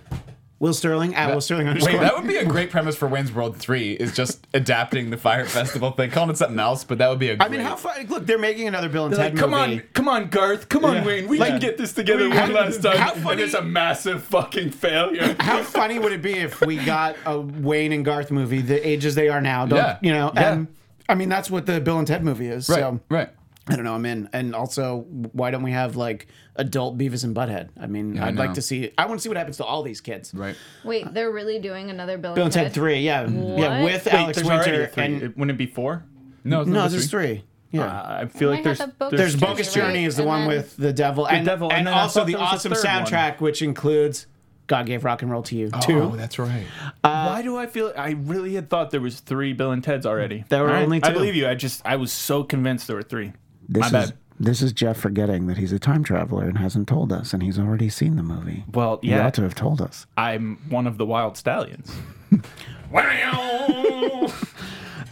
Speaker 9: Will Sterling at Will Sterling underscore.
Speaker 3: Wait, that would be a great premise for Wayne's World 3 is just adapting the Fire Festival thing, calling it something else, but that would be a great.
Speaker 9: I mean, how far? Look, they're making another Bill and
Speaker 5: They're
Speaker 9: Ted
Speaker 5: like, come
Speaker 9: movie.
Speaker 5: on, come on, Garth, come on, Wayne, we can get this together one last time.
Speaker 9: how
Speaker 5: And
Speaker 9: funny-
Speaker 5: it's a massive fucking failure.
Speaker 9: How funny would it be if we got a Wayne and Garth movie, the ages they are now? Don't,
Speaker 3: Yeah.
Speaker 9: You know,
Speaker 3: Yeah.
Speaker 9: and I mean, that's what the Bill and Ted movie is.
Speaker 3: right,
Speaker 9: So
Speaker 3: right.
Speaker 9: I don't know. I'm in. And also, why don't we have like adult Beavis and Butthead? I mean,
Speaker 3: I
Speaker 9: I'd like
Speaker 3: know.
Speaker 9: to see, I want to see what happens to all these kids.
Speaker 3: Right.
Speaker 6: Wait, they're really doing another Bill,
Speaker 9: Bill and Ted 3, yeah. Yeah,
Speaker 6: What?
Speaker 9: with
Speaker 6: Wait,
Speaker 9: Alex
Speaker 5: there's already
Speaker 9: Winter.
Speaker 5: a three.
Speaker 9: And,
Speaker 5: It- wouldn't it be four?
Speaker 3: No, it's
Speaker 9: no,
Speaker 3: number
Speaker 9: there's three. Yeah.
Speaker 5: Uh, I feel
Speaker 6: I
Speaker 5: like
Speaker 6: had
Speaker 5: there's,
Speaker 6: that both There's
Speaker 9: There's Bogus
Speaker 6: Journey,
Speaker 9: Journey is the
Speaker 6: and
Speaker 9: one
Speaker 6: then-
Speaker 9: with the devil, and,
Speaker 5: devil,
Speaker 9: and,
Speaker 5: and then I
Speaker 9: also
Speaker 5: thought
Speaker 9: the
Speaker 5: there was a
Speaker 9: awesome
Speaker 5: third one.
Speaker 9: soundtrack, which includes "God Gave Rock and Roll to You" too.
Speaker 3: Oh, that's right.
Speaker 5: Why do I feel? I really had thought there was three Bill and Ted's already.
Speaker 9: There were
Speaker 5: All
Speaker 9: only
Speaker 5: I
Speaker 9: two.
Speaker 5: believe you. I just I was so convinced there were three.
Speaker 2: This
Speaker 5: My
Speaker 2: is
Speaker 5: bad.
Speaker 2: this is Jeff forgetting that he's a time traveler and hasn't told us, and he's already seen the movie.
Speaker 5: Well,
Speaker 2: He
Speaker 5: yeah,
Speaker 2: ought to have told us.
Speaker 5: I'm one of the wild stallions.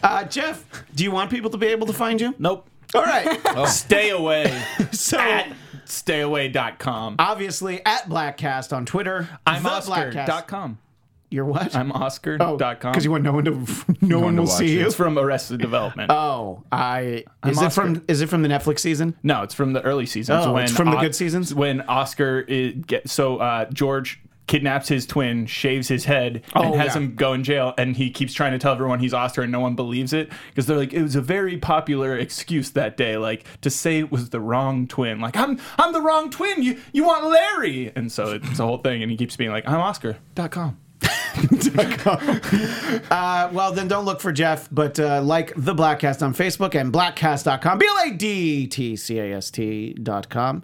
Speaker 9: Uh, Jeff, do you want people to be able to find you?
Speaker 5: Nope.
Speaker 9: All right.
Speaker 5: Stay away.
Speaker 9: so
Speaker 5: at stayaway.com.
Speaker 9: obviously at Blackcast on Twitter.
Speaker 5: I'm
Speaker 9: The Blackcast.
Speaker 5: Oscar.com.
Speaker 9: You're what?
Speaker 5: I'm Oscar.com.
Speaker 9: because you want no one to no, one will see you.
Speaker 5: It's from Arrested Development.
Speaker 9: Oh, I is it
Speaker 5: Oscar.
Speaker 9: from is it from the Netflix season?
Speaker 5: No, it's from the early seasons.
Speaker 9: Oh,
Speaker 5: when
Speaker 9: it's from the
Speaker 5: Os-
Speaker 9: good seasons?
Speaker 5: When Oscar is, get, so uh, George kidnaps his twin, shaves his head, and
Speaker 9: Oh,
Speaker 5: has
Speaker 9: yeah.
Speaker 5: him go in jail. And he keeps trying to tell everyone he's Oscar, and no one believes it because they're like, it was a very popular excuse that day, like to say it was the wrong twin. Like I'm, I'm the wrong twin. You, you want Larry? And so it's a whole thing. And he keeps being like, I'm Oscar.com.
Speaker 9: Uh, well, then don't look for Jeff, but uh, like the Blackcast on Facebook and blackcast.com, B L A D T C A S T.com.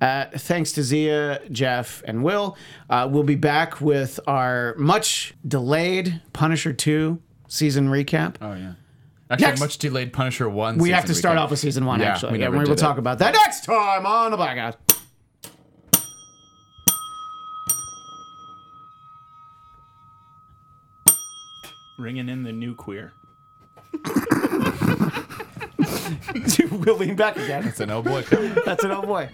Speaker 9: Uh, thanks to Zia, Jeff, and Will. Uh, we'll be back with our much delayed Punisher 2 season recap.
Speaker 3: Oh, yeah. Actually,
Speaker 9: Next-
Speaker 3: much delayed Punisher 1.
Speaker 9: we have to
Speaker 3: season
Speaker 9: start
Speaker 3: recap.
Speaker 9: off with season one,
Speaker 3: Yeah,
Speaker 9: actually.
Speaker 3: we
Speaker 9: We, yeah,
Speaker 3: never
Speaker 9: we
Speaker 3: did
Speaker 9: will
Speaker 3: it.
Speaker 9: talk about that next time on the Blackout.
Speaker 5: Ringing in the new queer.
Speaker 9: we'll lean back again.
Speaker 3: It's an old boy.
Speaker 9: That's an old boy.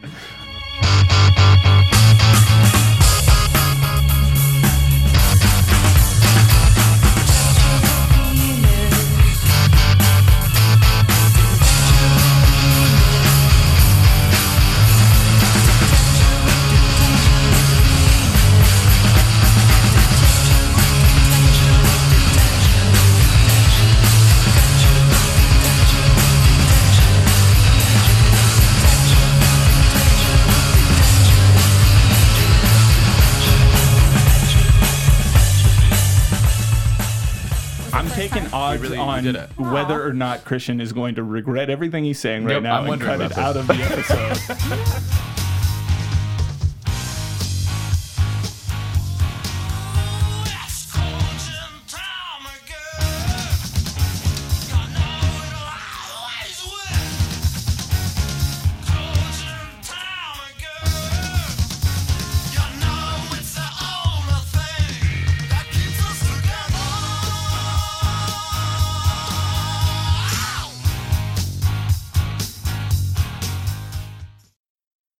Speaker 5: I'm taking odds
Speaker 3: really
Speaker 5: on
Speaker 3: did it.
Speaker 5: whether or not Christian is going to regret everything he's saying right
Speaker 3: Yep,
Speaker 5: now
Speaker 3: I'm
Speaker 5: and
Speaker 3: wondering
Speaker 5: cut it
Speaker 3: about
Speaker 5: out of the episode.